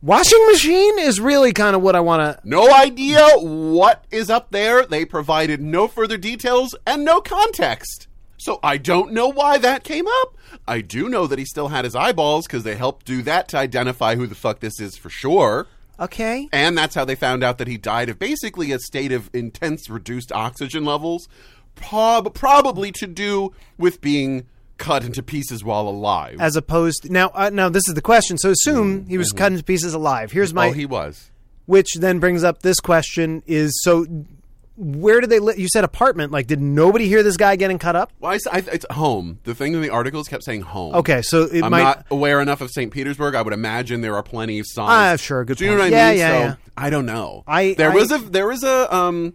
Speaker 2: Washing machine is really kind of what I want to.
Speaker 1: no idea what is up there. They provided no further details and no context. So I don't know why that came up. I do know that he still had his eyeballs because they helped do that to identify who the fuck this is for sure.
Speaker 2: Okay.
Speaker 1: And that's how they found out that he died of basically a state of intense reduced oxygen levels, prob- probably to do with being cut into pieces while alive.
Speaker 2: As opposed now, uh, now this is the question. So assume he was cut into pieces alive. Here's my,
Speaker 1: Mm, mm-hmm. oh, he was.
Speaker 2: which then brings up this question: is so, where did they? Li- you said apartment. Like, did nobody hear this guy getting cut up?
Speaker 1: Well, I s I it's home. The thing in the articles kept saying home.
Speaker 2: Okay, so it
Speaker 1: I'm
Speaker 2: might.
Speaker 1: not aware enough of St. Petersburg. I would imagine there are plenty of signs.
Speaker 2: Ah, sure, good
Speaker 1: Do you know
Speaker 2: point.
Speaker 1: what I
Speaker 2: Yeah,
Speaker 1: mean?
Speaker 2: yeah,
Speaker 1: so,
Speaker 2: yeah.
Speaker 1: I don't know.
Speaker 2: I-
Speaker 1: there
Speaker 2: I-
Speaker 1: was a there was a um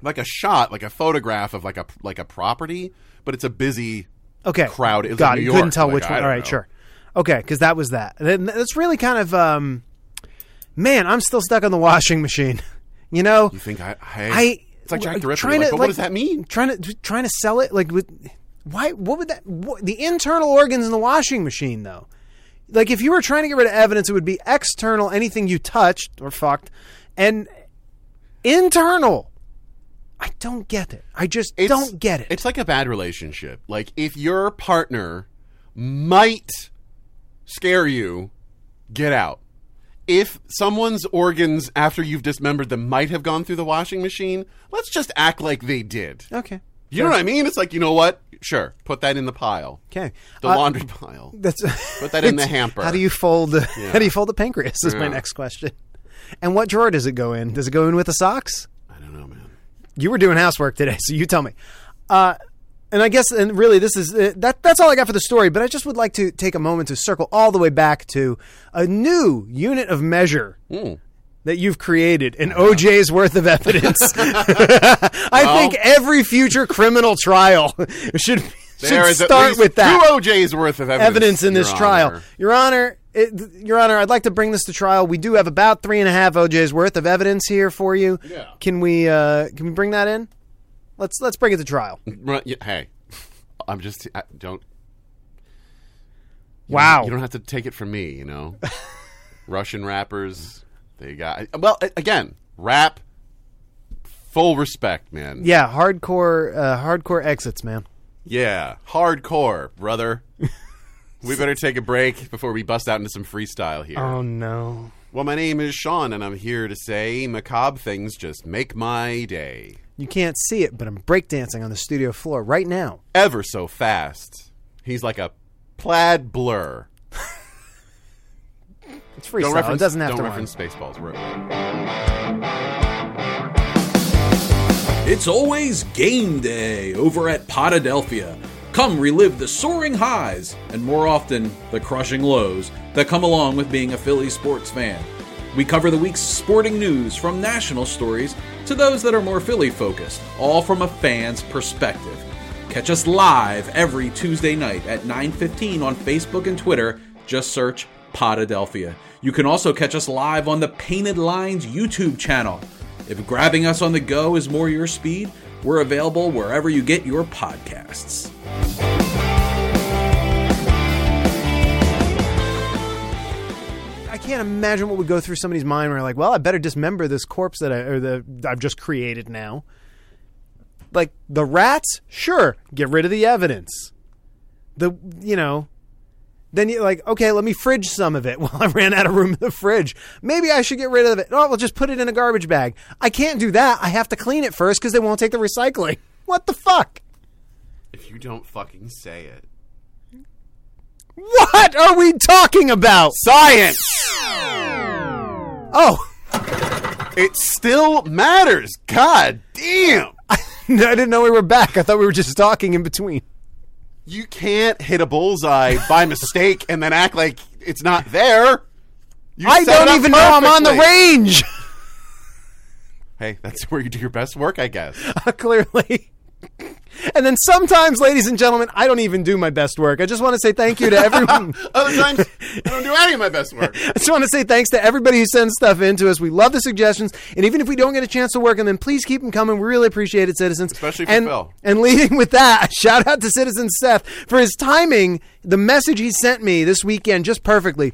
Speaker 1: like a shot, like a photograph of like a like a property, but it's a busy
Speaker 2: okay
Speaker 1: crowd. It was
Speaker 2: got
Speaker 1: in
Speaker 2: it.
Speaker 1: New
Speaker 2: couldn't
Speaker 1: York.
Speaker 2: tell
Speaker 1: Like,
Speaker 2: which
Speaker 1: I
Speaker 2: one
Speaker 1: don't
Speaker 2: all right
Speaker 1: know.
Speaker 2: sure okay because that was that Then that's really kind of um man i'm still stuck on the washing machine you know
Speaker 1: You think I? I,
Speaker 2: I-
Speaker 1: it's like Jack the
Speaker 2: I'm
Speaker 1: Ripper.
Speaker 2: trying
Speaker 1: Like,
Speaker 2: to,
Speaker 1: but
Speaker 2: like-
Speaker 1: what does that mean?
Speaker 2: trying to trying to sell it like with why what would that what, the internal organs in the washing machine though like if you were trying to get rid of evidence it would be external anything you touched or fucked and internal i don't get it i just
Speaker 1: It's-
Speaker 2: don't get it
Speaker 1: It's like a bad relationship. Like if your partner might scare you, get out. If someone's organs after you've dismembered them might have gone through the washing machine, let's just act like they did.
Speaker 2: okay
Speaker 1: You know what I mean? It's like you know what? Sure, put that in the pile,
Speaker 2: okay
Speaker 1: the
Speaker 2: Uh,
Speaker 1: laundry pile.
Speaker 2: That's
Speaker 1: Put that in the hamper.
Speaker 2: How do you fold? How do you fold the pancreas? Is my
Speaker 1: Yeah.
Speaker 2: next question. And what drawer does it go in? Does it go in with the socks?
Speaker 1: I don't know, man.
Speaker 2: You were doing housework today, so you tell me. Uh, and I guess, and really, this is uh, that. That's all I got for the story. But I just would like to take a moment to circle all the way back to a new unit of measure.
Speaker 1: Hmm.
Speaker 2: That you've created an OJ's worth of evidence. I think every future criminal trial should,
Speaker 1: There
Speaker 2: should
Speaker 1: is at
Speaker 2: start
Speaker 1: least
Speaker 2: with that
Speaker 1: Two OJ's worth of evidence,
Speaker 2: evidence in this
Speaker 1: Your
Speaker 2: trial.
Speaker 1: Honor.
Speaker 2: Your Honor, it, Your Honor, I'd like to bring this to trial. We do have about three and a half OJ's worth of evidence here for you.
Speaker 1: Yeah.
Speaker 2: Can we uh, can we bring that in? Let's let's bring it to trial.
Speaker 1: Right, yeah, hey, I'm just I don't.
Speaker 2: Wow.
Speaker 1: You don't have to take it from me, you know. Russian rappers, they got well a- again. Rap, full respect, man.
Speaker 2: yeah, hardcore uh, hardcore exits, man.
Speaker 1: Yeah, hardcore, brother. we better take a break before we bust out into some freestyle here.
Speaker 2: Oh no.
Speaker 1: well, my name is Sean, and I'm here to say macabre things just make my day.
Speaker 2: You can't see it, but I'm breakdancing on the studio floor right now.
Speaker 1: ever so fast. He's like a plaid blur.
Speaker 2: It's freestyle.
Speaker 1: Don't reference.
Speaker 2: it doesn't have
Speaker 1: don't
Speaker 2: to rhyme.
Speaker 1: reference Spaceballs. We're-
Speaker 4: It's always game day over at Potadelphia. Come relive the soaring highs and more often the crushing lows that come along with being a Philly sports fan. We cover the week's sporting news from national stories to those that are more Philly focused, all from a fan's perspective. Catch us live every Tuesday night at 9:15 on Facebook and Twitter. Just search Potadelphia. You can also catch us live on the Painted Lines YouTube channel. If grabbing us on the go is more your speed, we're available wherever you get your podcasts.
Speaker 2: I can't imagine what would go through somebody's mind where, like, well, I better dismember this corpse that I or the I've just created now. Like the rats, sure, get rid of the evidence. The you know, then you like, okay, let me fridge some of it. Well, I ran out of room in the fridge. Maybe I should get rid of it. Oh, well, just put it in a garbage bag. I can't do that. I have to clean it first because they won't take the recycling. What the fuck?
Speaker 1: If you don't fucking say it.
Speaker 2: What are we talking about?
Speaker 1: Science!
Speaker 2: Oh.
Speaker 1: It still matters. God damn.
Speaker 2: No, I didn't know we were back. I thought we were just talking in between.
Speaker 1: You can't hit a bullseye by mistake and then act like it's not there. You
Speaker 2: I
Speaker 1: set it
Speaker 2: don't
Speaker 1: up
Speaker 2: even know I'm on the
Speaker 1: perfectly.
Speaker 2: range.
Speaker 1: Hey, that's where you do your best work, I guess.
Speaker 2: uh, Clearly. And then sometimes, ladies and gentlemen, I don't even do my best work. I just want to say thank you to everyone.
Speaker 1: Other times, I don't do any of my best work.
Speaker 2: I just want to say thanks to everybody who sends stuff in to us. We love the suggestions, and even if we don't get a chance to work them in, please keep them coming. We really appreciate it, citizens.
Speaker 1: Especially for
Speaker 2: and,
Speaker 1: Phil.
Speaker 2: And leading with that, shout out to citizen Seth for his timing. The message he sent me this weekend just perfectly.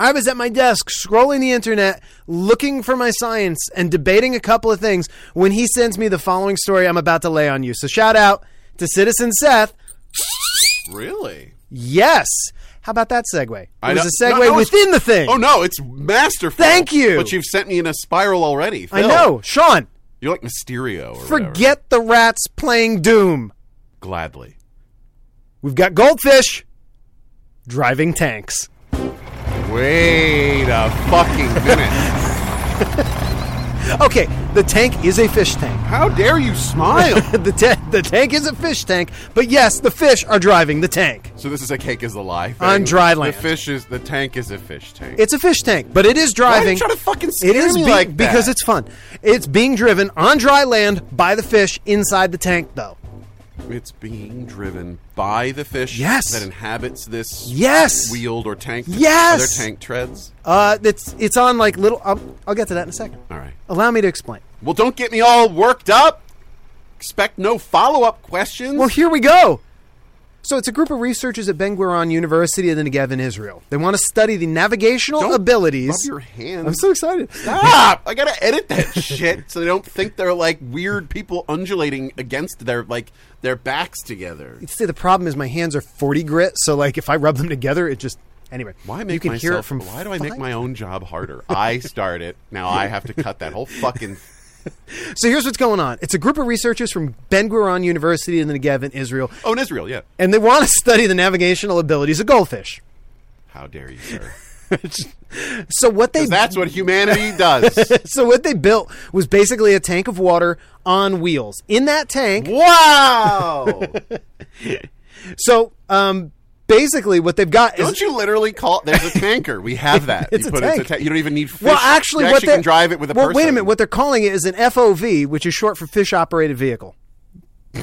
Speaker 2: I was at my desk scrolling the internet looking for my science and debating a couple of things when he sends me the following story I'm about to lay on you. So shout out to Citizen Seth.
Speaker 1: Really?
Speaker 2: Yes. How about that segue? It
Speaker 1: I
Speaker 2: was
Speaker 1: know-
Speaker 2: a segue
Speaker 1: no, no, it's-
Speaker 2: within the thing.
Speaker 1: Oh no, it's masterful.
Speaker 2: Thank you.
Speaker 1: But you've sent me in a spiral already.
Speaker 2: I
Speaker 1: Phil.
Speaker 2: know. Sean,
Speaker 1: You're like Mysterio. Or whatever.
Speaker 2: forget the rats playing Doom.
Speaker 1: Gladly.
Speaker 2: We've got goldfish driving tanks.
Speaker 1: Wait a fucking minute.
Speaker 2: Okay, the tank is a fish tank.
Speaker 1: How dare you smile?
Speaker 2: the, ta- the tank is a fish tank, but yes, the fish are driving the tank.
Speaker 1: so this is a cake is a lie. thing.
Speaker 2: On dry land.
Speaker 1: The fish is the tank is a fish tank.
Speaker 2: It's a fish tank, but it is
Speaker 1: Why
Speaker 2: driving.
Speaker 1: are you trying to fucking scare
Speaker 2: It is
Speaker 1: me
Speaker 2: be-
Speaker 1: like that?
Speaker 2: because it's fun. It's being driven on dry land by the fish inside the tank, though.
Speaker 1: It's being driven by the fish
Speaker 2: Yes.
Speaker 1: that inhabits this
Speaker 2: Yes.
Speaker 1: wheeled or tank
Speaker 2: Yes.
Speaker 1: other tank treads.
Speaker 2: Uh, it's it's on like little. I'll, I'll get to that in a second.
Speaker 1: All right.
Speaker 2: Allow me to explain.
Speaker 1: Well, don't get me all worked up. Expect no follow-up questions.
Speaker 2: Well, here we go. So it's a group of researchers at Ben Gurion University in the Negev in Israel. They want to study the navigational
Speaker 1: Don't
Speaker 2: abilities.
Speaker 1: rub your hands.
Speaker 2: I'm so excited.
Speaker 1: Stop! I gotta edit that shit so they don't think they're like weird people undulating against their like their backs together.
Speaker 2: See, the problem is my hands are 40 grit, so like if I rub them together, it just anyway.
Speaker 1: Why make
Speaker 2: you can
Speaker 1: myself?
Speaker 2: hear it from
Speaker 1: why do I make
Speaker 2: five-
Speaker 1: my own job harder? I start it. Now I have to cut that whole fucking.
Speaker 2: So here's what's going on. It's a group of researchers from Ben Gurion University in the Negev in Israel,
Speaker 1: Oh, in Israel, yeah.
Speaker 2: and they want to study the navigational abilities of goldfish.
Speaker 1: How dare you, sir?
Speaker 2: So what they
Speaker 1: That's what humanity does.
Speaker 2: so what they built was basically a tank of water on wheels. In that tank,
Speaker 1: Wow!
Speaker 2: so um, basically what they've got is
Speaker 1: Don't you literally call? There's a tanker. We have that.
Speaker 2: It's
Speaker 1: you
Speaker 2: a
Speaker 1: put it-
Speaker 2: tank.
Speaker 1: you don't even need. Fish.
Speaker 2: well, actually,
Speaker 1: you
Speaker 2: what they
Speaker 1: can drive it with a
Speaker 2: well,
Speaker 1: person.
Speaker 2: Wait a minute, what they're calling it is an FOV, which is short for fish operated vehicle.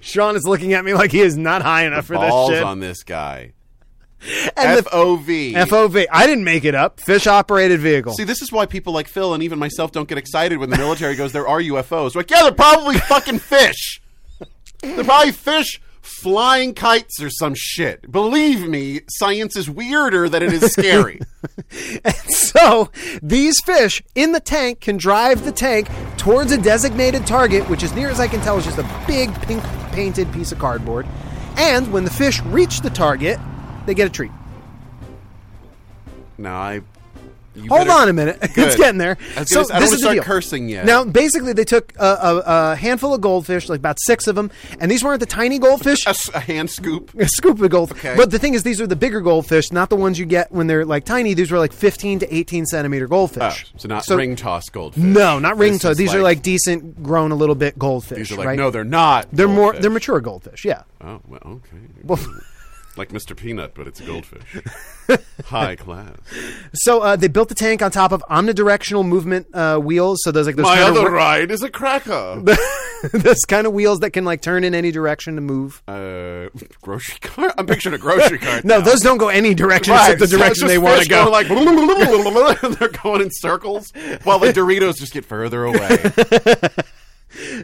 Speaker 2: Sean is looking at me like he is not high enough for
Speaker 1: balls
Speaker 2: this shit.
Speaker 1: on this guy.
Speaker 2: and the
Speaker 1: FOV.
Speaker 2: FOV, I didn't make it up. Fish operated vehicle.
Speaker 1: See, this is why people like Phil and even myself don't get excited when the military goes, there are UFOs. We're like, yeah, they're probably fucking fish. They're probably fish flying kites or some shit. Believe me, science is weirder than it is scary.
Speaker 2: So these fish in the tank can drive the tank towards a designated target, which, as near as I can tell, is just a big pink painted piece of cardboard. And when the fish reach the target, they get a treat.
Speaker 1: no, I You
Speaker 2: Hold
Speaker 1: better-
Speaker 2: on a minute. it's
Speaker 1: Good.
Speaker 2: getting there.
Speaker 1: I was
Speaker 2: so
Speaker 1: gonna say, I don't wanna
Speaker 2: this is the
Speaker 1: start
Speaker 2: deal.
Speaker 1: cursing yet.
Speaker 2: Now, basically, they took a, a, a handful of goldfish, like about six of them, and these weren't the tiny goldfish.
Speaker 1: A, s- a hand scoop.
Speaker 2: a scoop of goldfish.
Speaker 1: Okay.
Speaker 2: But the thing is, these are the bigger goldfish, not the ones you get when they're like tiny. These were like 15 to 18 centimeter
Speaker 1: Oh,
Speaker 2: goldfish.
Speaker 1: so not ring toss goldfish.
Speaker 2: No, not ring
Speaker 1: This
Speaker 2: toad.
Speaker 1: is
Speaker 2: These are like decent, grown a little bit goldfish.
Speaker 1: These are like
Speaker 2: right?
Speaker 1: no, they're not.
Speaker 2: They're more.
Speaker 1: goldfish.
Speaker 2: They're mature goldfish. Yeah.
Speaker 1: Oh well, okay.
Speaker 2: Well,
Speaker 1: like Mr. Peanut, but it's a goldfish. High class.
Speaker 2: so uh, they built the tank on top of omnidirectional movement uh, wheels. So there's like those
Speaker 1: My
Speaker 2: kind
Speaker 1: other
Speaker 2: of
Speaker 1: ride is a cracker.
Speaker 2: those kind of wheels that can like turn in any direction to move.
Speaker 1: uh, grocery cart. I'm picturing a grocery cart.
Speaker 2: No,
Speaker 1: now.
Speaker 2: those don't go any direction
Speaker 1: Right,
Speaker 2: except the
Speaker 1: so it's just
Speaker 2: direction they want
Speaker 1: fish
Speaker 2: to go.
Speaker 1: going Like and they're going in circles while the Doritos just get further away.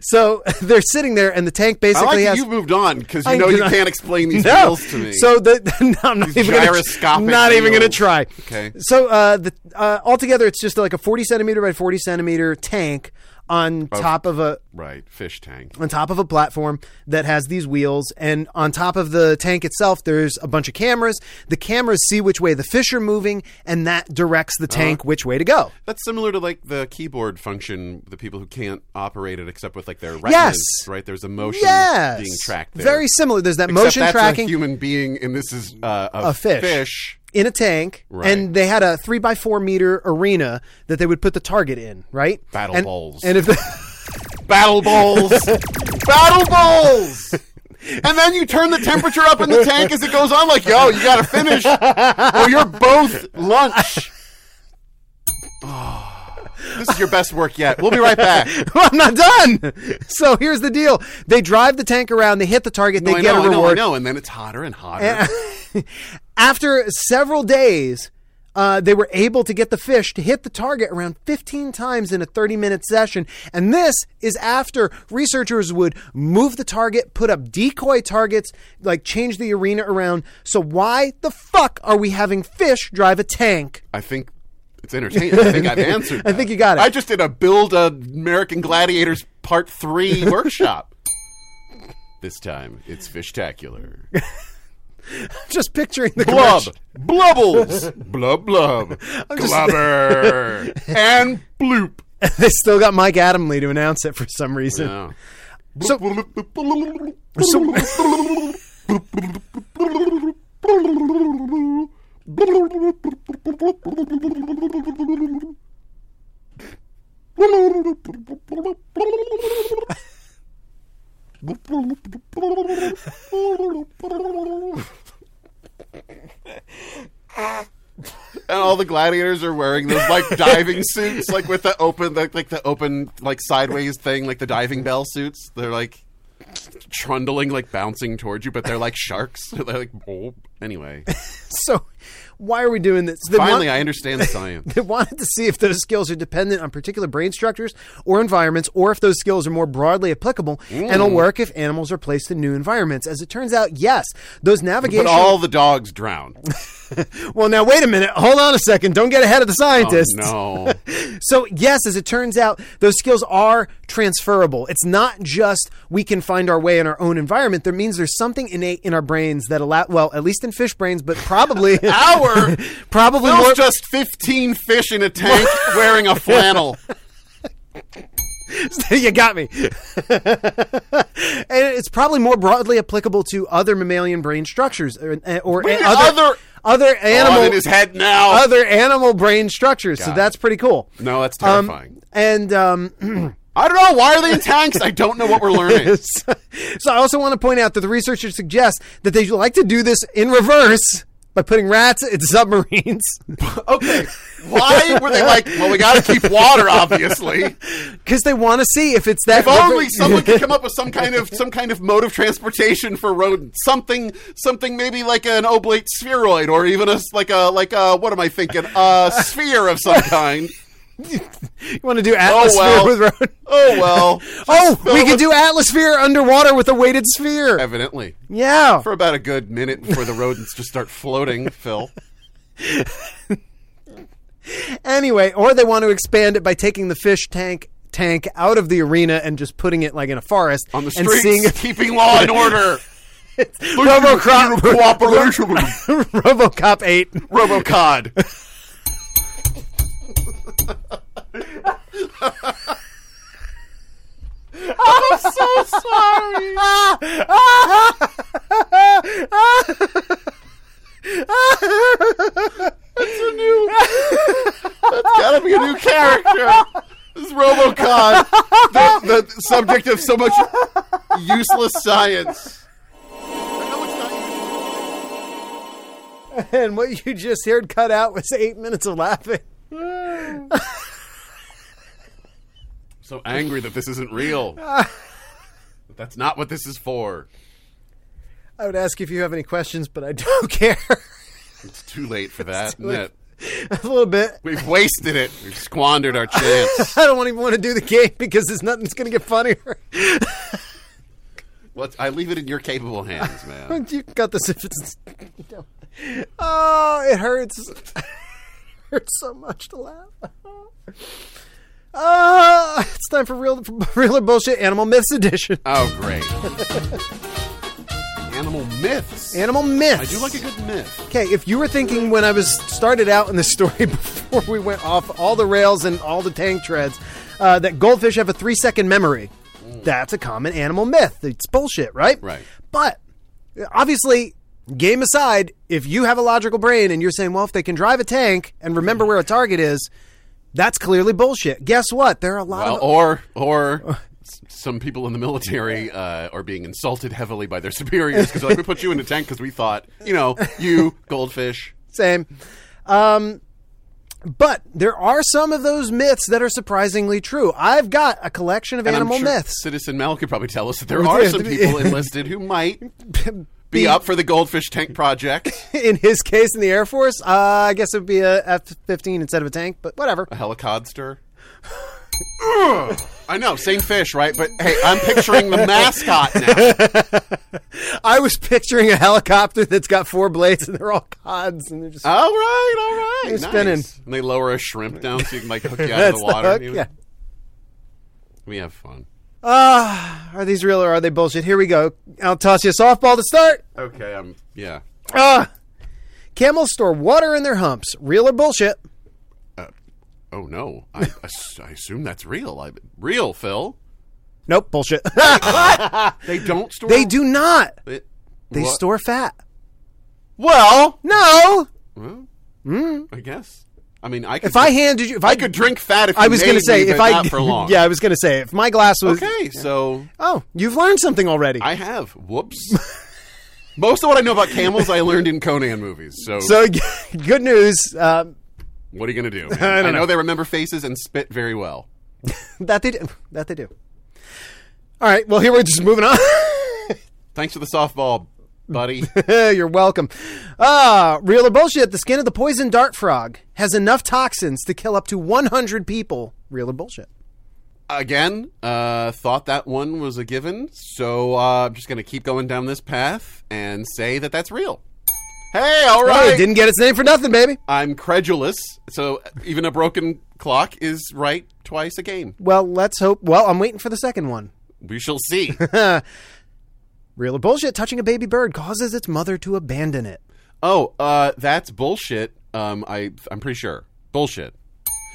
Speaker 2: so they're sitting there, and the tank
Speaker 1: I
Speaker 2: basically
Speaker 1: like that
Speaker 2: has.
Speaker 1: you moved on because you
Speaker 2: I
Speaker 1: know you
Speaker 2: do not-
Speaker 1: can't explain these
Speaker 2: no.
Speaker 1: wheels to me.
Speaker 2: So the no, I'm not even
Speaker 1: gyroscopic
Speaker 2: Gonna, not even going to
Speaker 1: wheels.
Speaker 2: try.
Speaker 1: Okay.
Speaker 2: So uh, the uh, altogether, it's just like a 40 centimeter by 40 centimeter tank on top of a
Speaker 1: right, fish tank.
Speaker 2: on top of a platform that has these wheels and on top of the tank itself there's a bunch of cameras the cameras see which way the fish are moving and that directs the
Speaker 1: Uh-huh.
Speaker 2: tank which way to go
Speaker 1: That's similar to like the keyboard function. The people who can't operate it except with like their retinas,
Speaker 2: Yes.
Speaker 1: right? There's a motion
Speaker 2: yes
Speaker 1: being tracked. There.
Speaker 2: very similar there's that
Speaker 1: Except
Speaker 2: motion
Speaker 1: that's
Speaker 2: tracking
Speaker 1: A human being, and this is uh, a,
Speaker 2: A fish. in a tank
Speaker 1: Right.
Speaker 2: and they had a three by four meter arena that they would put the target in right
Speaker 1: Battle
Speaker 2: and,
Speaker 1: balls.
Speaker 2: and if
Speaker 1: Battle bowls, battle bowls. And then you turn the temperature up in the tank as it goes on. Like, yo, you gotta finish, or you're both lunch. Oh, this is your best work yet. We'll be right back.
Speaker 2: I'm not done. So here's the deal. They drive the tank around, they hit the target, they
Speaker 1: Oh, I
Speaker 2: get
Speaker 1: know,
Speaker 2: a
Speaker 1: I know, I
Speaker 2: reward.
Speaker 1: know. And then it's hotter and hotter.
Speaker 2: after several days, uh, they were able to get the fish to hit the target around 15 times in a 30 minute session. And this is after researchers would move the target, put up decoy targets, like change the arena around. So, why the fuck are we having fish drive a tank?
Speaker 1: I think it's entertaining. I think I've answered.
Speaker 2: I
Speaker 1: that.
Speaker 2: think you got it.
Speaker 1: I just did a build a American Gladiators Part Three workshop. This time it's fishtacular.
Speaker 2: Just picturing the
Speaker 1: Blub,
Speaker 2: commercial-
Speaker 1: blubbles, blub blub, glubber, and bloop.
Speaker 2: They still got Mike Adamley to announce it for some reason.
Speaker 1: No.
Speaker 2: So-
Speaker 1: and all the gladiators are wearing those like diving suits, like with the open, like, like the open, like sideways thing, like the diving bell suits. They're like trundling, like bouncing towards you, but they're like sharks. They're like, oh. anyway.
Speaker 2: So, why are we doing this? They want-
Speaker 1: Finally, I understand the science.
Speaker 2: They wanted to see if those skills are dependent on particular brain structures or environments, or if those skills are more broadly applicable and will
Speaker 1: Mm.
Speaker 2: work if animals are placed in new environments. As it turns out, yes, those navigation.
Speaker 1: But all the dogs drown.
Speaker 2: well, now wait a minute. Hold on a second. Don't get ahead of the
Speaker 1: Oh,
Speaker 2: scientists.
Speaker 1: no.
Speaker 2: So, yes, as it turns out, those skills are transferable. It's not just we can find our way in our own environment. There means there's something innate in our brains that allow, well, at least in fish brains, but probably,
Speaker 1: Our
Speaker 2: probably
Speaker 1: Those
Speaker 2: more.
Speaker 1: just 15 fish in a tank wearing a flannel.
Speaker 2: you got me. and it's probably more broadly applicable to other mammalian brain structures or, or
Speaker 1: Wait,
Speaker 2: other
Speaker 1: other-
Speaker 2: other animal
Speaker 1: Oh, in his head now.
Speaker 2: other animal brain structures. so
Speaker 1: it.
Speaker 2: that's pretty cool.
Speaker 1: no, that's
Speaker 2: Um,
Speaker 1: terrifying.
Speaker 2: and um,
Speaker 1: I don't know. Why are they in tanks? I don't know what we're learning.
Speaker 2: so I also want to point out that the researchers suggest that they like to do this in reverse by putting rats in submarines.
Speaker 1: Okay. Why were they like, well, we got to keep water, obviously.
Speaker 2: Because they want to see if it's that.
Speaker 1: If only someone could come up with some kind of some kind of mode of transportation for rodents. Something, something maybe like an oblate spheroid, or even a s- like a like a what am I thinking? A sphere of some kind.
Speaker 2: you want to do
Speaker 1: Oh
Speaker 2: atmosphere
Speaker 1: well.
Speaker 2: with road.
Speaker 1: Oh well.
Speaker 2: Oh,
Speaker 1: fill
Speaker 2: we
Speaker 1: it
Speaker 2: can
Speaker 1: with-
Speaker 2: do atmosphere underwater with a weighted sphere.
Speaker 1: Evidently,
Speaker 2: Yeah.
Speaker 1: for about a good minute before the rodents just start floating. Phil.
Speaker 2: Anyway, or they want to expand it by taking the fish tank tank out of the arena and just putting it like in a forest
Speaker 1: on the
Speaker 2: and
Speaker 1: streets,
Speaker 2: seeing
Speaker 1: keeping law and order.
Speaker 2: RoboCop
Speaker 1: cooperation,
Speaker 2: RoboCop 8.
Speaker 1: RoboCod. Gotta be a new character. This is Robocon, the, the subject of so much useless science.
Speaker 2: And what you just heard cut out was eight minutes of laughing.
Speaker 1: So angry that this isn't real. That's not what this is for.
Speaker 2: I would ask if you have any questions, but I don't care.
Speaker 1: It's too late for that.
Speaker 2: too
Speaker 1: isn't it?
Speaker 2: a little bit.
Speaker 1: We've wasted it. We've squandered our chance.
Speaker 2: I don't even want to do the game because there's nothing's going to get funnier.
Speaker 1: Let's, I leave it in your capable hands, man.
Speaker 2: you can cut this if it's. Oh, it hurts. it hurts so much to laugh. Uh, it's time for real, real or bullshit animal myths edition.
Speaker 1: Oh, great. Animal myths.
Speaker 2: Animal myths.
Speaker 1: I do like a good myth.
Speaker 2: Okay, if you were thinking when I was started out in the story before we went off all the rails and all the tank treads uh, that goldfish have a three second memory, that's a common animal myth. It's bullshit, right?
Speaker 1: Mm. Right.
Speaker 2: But obviously, game aside, if you have a logical brain and you're saying, well, if they can drive a tank and remember where a target is, that's clearly bullshit. Guess what? There are a lot
Speaker 1: Well,
Speaker 2: of
Speaker 1: or or s- some people in the military uh, are being insulted heavily by their superiors because like we put you in a tank because we thought you know you goldfish.
Speaker 2: Same. Um, but there are some of those myths that are surprisingly true. I've got a collection of
Speaker 1: And I'm
Speaker 2: animal
Speaker 1: sure
Speaker 2: myths.
Speaker 1: Citizen Mel could probably tell us that there are some people enlisted who might be up for the goldfish tank project.
Speaker 2: In his case, in the Air Force, uh, I guess it would be a F 15 instead of a tank, but whatever.
Speaker 1: A helicodster. Ugh. I know, same fish, right? But hey, I'm picturing the mascot now.
Speaker 2: I was picturing a helicopter that's got four blades and they're all cods and they're just.
Speaker 1: All right, all right.
Speaker 2: You're
Speaker 1: nice.
Speaker 2: spinning.
Speaker 1: And they lower a shrimp down so you can like hook you out
Speaker 2: that's
Speaker 1: of the
Speaker 2: the
Speaker 1: water.
Speaker 2: hook,
Speaker 1: You-
Speaker 2: yeah.
Speaker 1: We have fun.
Speaker 2: Are these real or are they bullshit? Here we go. I'll toss you a softball to start.
Speaker 1: Okay, I'm yeah.
Speaker 2: Ah! Camels store water in their humps. Real or bullshit?
Speaker 1: Oh no, I, I s- I assume that's real. I, real, Phil.
Speaker 2: Nope, bullshit.
Speaker 1: They don't store.
Speaker 2: they do not.
Speaker 1: It-
Speaker 2: They
Speaker 1: what?
Speaker 2: store fat.
Speaker 1: Well,
Speaker 2: No.
Speaker 1: well I guess. I mean, I could.
Speaker 2: Mm. If I handed you, if I,
Speaker 1: I could drink fat if
Speaker 2: I
Speaker 1: you
Speaker 2: was
Speaker 1: going to
Speaker 2: say if I
Speaker 1: not for long.
Speaker 2: yeah, I was going to say if my glass was
Speaker 1: Okay, so
Speaker 2: Oh, you've learned something already.
Speaker 1: I have. Whoops. Most of what I know about camels, I learned in Conan movies. So,
Speaker 2: so good news uh,
Speaker 1: what are you going to do? man?
Speaker 2: I don't
Speaker 1: know
Speaker 2: know.
Speaker 1: they remember faces and spit very well.
Speaker 2: that they do, that they do. All right, well here we're just moving on.
Speaker 1: Thanks for the softball, buddy.
Speaker 2: You're welcome. Ah, real or bullshit? The skin of the poison dart frog has enough toxins to kill up to 100 people. Real or bullshit?
Speaker 1: again, uh, thought that one was a given, so uh, I'm just going to keep going down this path and say that that's real. Hey, all
Speaker 2: Oh,
Speaker 1: right.
Speaker 2: it didn't get its name for nothing, baby.
Speaker 1: I'm credulous, so even a broken clock is right twice a game.
Speaker 2: Well, let's hope. Well, I'm waiting for the second one.
Speaker 1: We shall see.
Speaker 2: Real or bullshit? Touching a baby bird causes its mother to abandon it.
Speaker 1: oh, uh, that's bullshit. Um, I I'm pretty sure bullshit.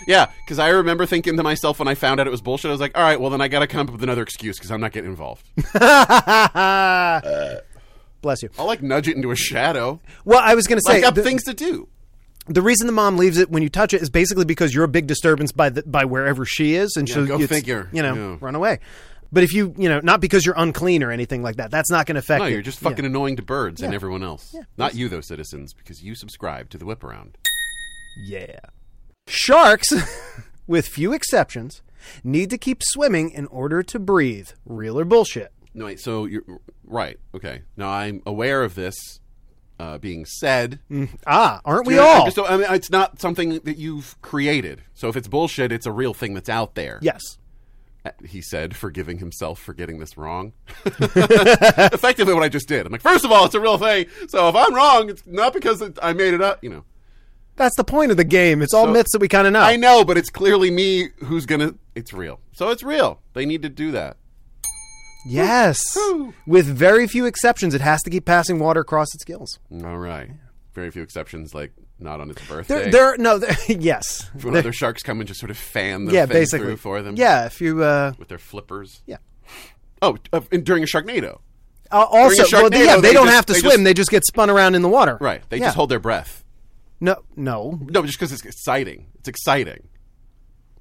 Speaker 1: Yeah, because I remember thinking to myself when I found out it was bullshit, I was like, all right, well then I got to come up with another excuse because I'm not getting involved. Uh.
Speaker 2: Bless you.
Speaker 1: I'll like nudge it into a shadow.
Speaker 2: Well, I was going to say
Speaker 1: Like up
Speaker 2: the,
Speaker 1: things to do.
Speaker 2: the reason the mom leaves it when you touch it is basically because you're a big disturbance by the, by wherever she is, and so
Speaker 1: go
Speaker 2: it's,
Speaker 1: figure.
Speaker 2: You know,
Speaker 1: Yeah.
Speaker 2: run away. But if you, you know, not because you're unclean or anything like that, that's not going to affect.
Speaker 1: No,
Speaker 2: it.
Speaker 1: you're just fucking annoying to birds and everyone else. Not you, though, citizens, because you subscribe to the whip around.
Speaker 2: Yeah. yeah. Sharks, with few exceptions, need to keep swimming in order to breathe. Real or bullshit?
Speaker 1: No, wait, so you're right. Okay. Now, I'm aware of this uh, being said.
Speaker 2: Ah, aren't we
Speaker 1: I
Speaker 2: all?
Speaker 1: just don't- I mean, it's not something that you've created. So if it's bullshit, it's a real thing that's out there.
Speaker 2: yes.
Speaker 1: Uh, He said, forgiving himself for getting this wrong. Effectively, what I just did. I'm like, first of all, it's a real thing. So if I'm wrong, it's not because it, I made it up, you know.
Speaker 2: That's the point of the game. It's all
Speaker 1: So-
Speaker 2: myths that we kind of know.
Speaker 1: I know, but it's clearly me who's going to. It's real. So it's real. They need to do that.
Speaker 2: yes. With very few exceptions, it has to keep passing water across its gills.
Speaker 1: All right. very few exceptions, like not on his birthday.
Speaker 2: There, there, no, there, yes,
Speaker 1: when
Speaker 2: There-
Speaker 1: other sharks come and just sort of fan the
Speaker 2: yeah,
Speaker 1: fin
Speaker 2: basically
Speaker 1: through for them.
Speaker 2: Yeah, if you, uh,
Speaker 1: with their flippers.
Speaker 2: yeah.
Speaker 1: Oh, uh, and during a Sharknado,
Speaker 2: Uh, also,
Speaker 1: During a
Speaker 2: well,
Speaker 1: Sharknado,
Speaker 2: yeah, they,
Speaker 1: they
Speaker 2: don't
Speaker 1: just-
Speaker 2: have to
Speaker 1: they
Speaker 2: swim;
Speaker 1: just-
Speaker 2: they just get spun around in the water.
Speaker 1: right? They
Speaker 2: Yeah.
Speaker 1: just hold their breath.
Speaker 2: No, no,
Speaker 1: No, just because it's exciting. It's exciting.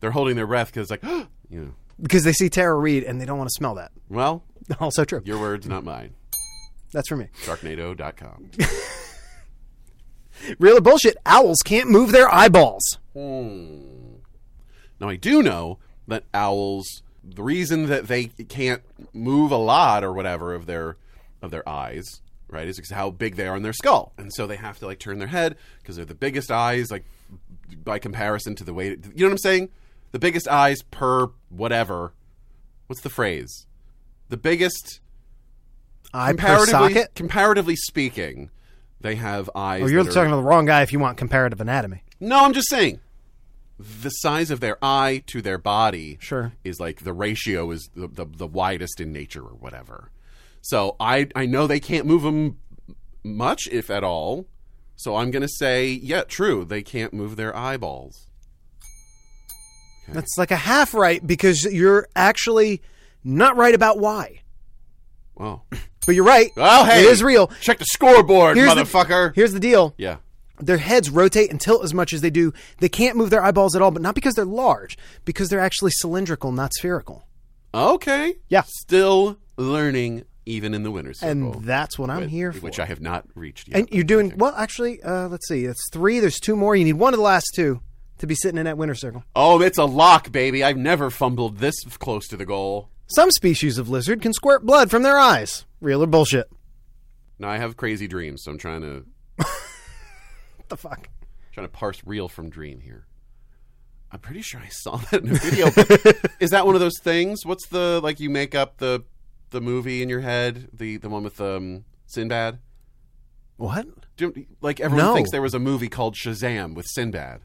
Speaker 1: They're holding their breath because, like, you know.
Speaker 2: because they see Tara Reed and they don't want to smell that.
Speaker 1: Well,
Speaker 2: Also true.
Speaker 1: your words, not mine.
Speaker 2: That's for me.
Speaker 1: Sharknado.com.
Speaker 2: Real bullshit. Owls can't move their eyeballs.
Speaker 1: Now I do know that owls the reason that they can't move a lot or whatever of their of their eyes, right, is because how big they are in their skull. And so they have to like turn their head because they're the biggest eyes like by comparison to the way you know what I'm saying? The biggest eyes per whatever. What's the phrase? The biggest
Speaker 2: Eye per
Speaker 1: comparatively
Speaker 2: socket.
Speaker 1: comparatively speaking, they have eyes.
Speaker 2: Well, you're
Speaker 1: that are-
Speaker 2: talking to the wrong guy if you want comparative anatomy.
Speaker 1: no, I'm just saying. The size of their eye to their body
Speaker 2: Sure.
Speaker 1: is like the ratio is the, the, the widest in nature or whatever. So I I know they can't move them much if at all. So I'm gonna say yeah, true. They can't move their eyeballs.
Speaker 2: That's like a half right because you're actually not right about why.
Speaker 1: Wow.
Speaker 2: But you're right.
Speaker 1: Oh hey,
Speaker 2: it is real.
Speaker 1: Check the scoreboard,
Speaker 2: Here's the-
Speaker 1: motherfucker.
Speaker 2: Here's the deal.
Speaker 1: yeah.
Speaker 2: Their heads rotate and tilt as much as they do. They can't move their eyeballs at all, but not because they're large, because they're actually cylindrical, not spherical.
Speaker 1: Okay.
Speaker 2: Yeah.
Speaker 1: Still learning even in the winter circle,
Speaker 2: And that's what I'm
Speaker 1: with-
Speaker 2: here for.
Speaker 1: which I have not reached yet.
Speaker 2: and you're doing well. Actually, uh, let's see. It's three. There's two more. You need one of the last two to be sitting in that winner circle.
Speaker 1: Oh, it's a lock, baby. I've never fumbled this close to the goal.
Speaker 2: Some species of lizard can squirt blood from their eyes. Real or bullshit?
Speaker 1: Now I have crazy dreams, so I'm trying to
Speaker 2: What the fuck?
Speaker 1: trying to parse real from dream here. I'm pretty sure I saw that in a video. but is that one of those things? What's the like you make up the the movie in your head? The the one with um Sinbad?
Speaker 2: What?
Speaker 1: Do, like everyone
Speaker 2: No.
Speaker 1: thinks there was a movie called Shazam with Sinbad.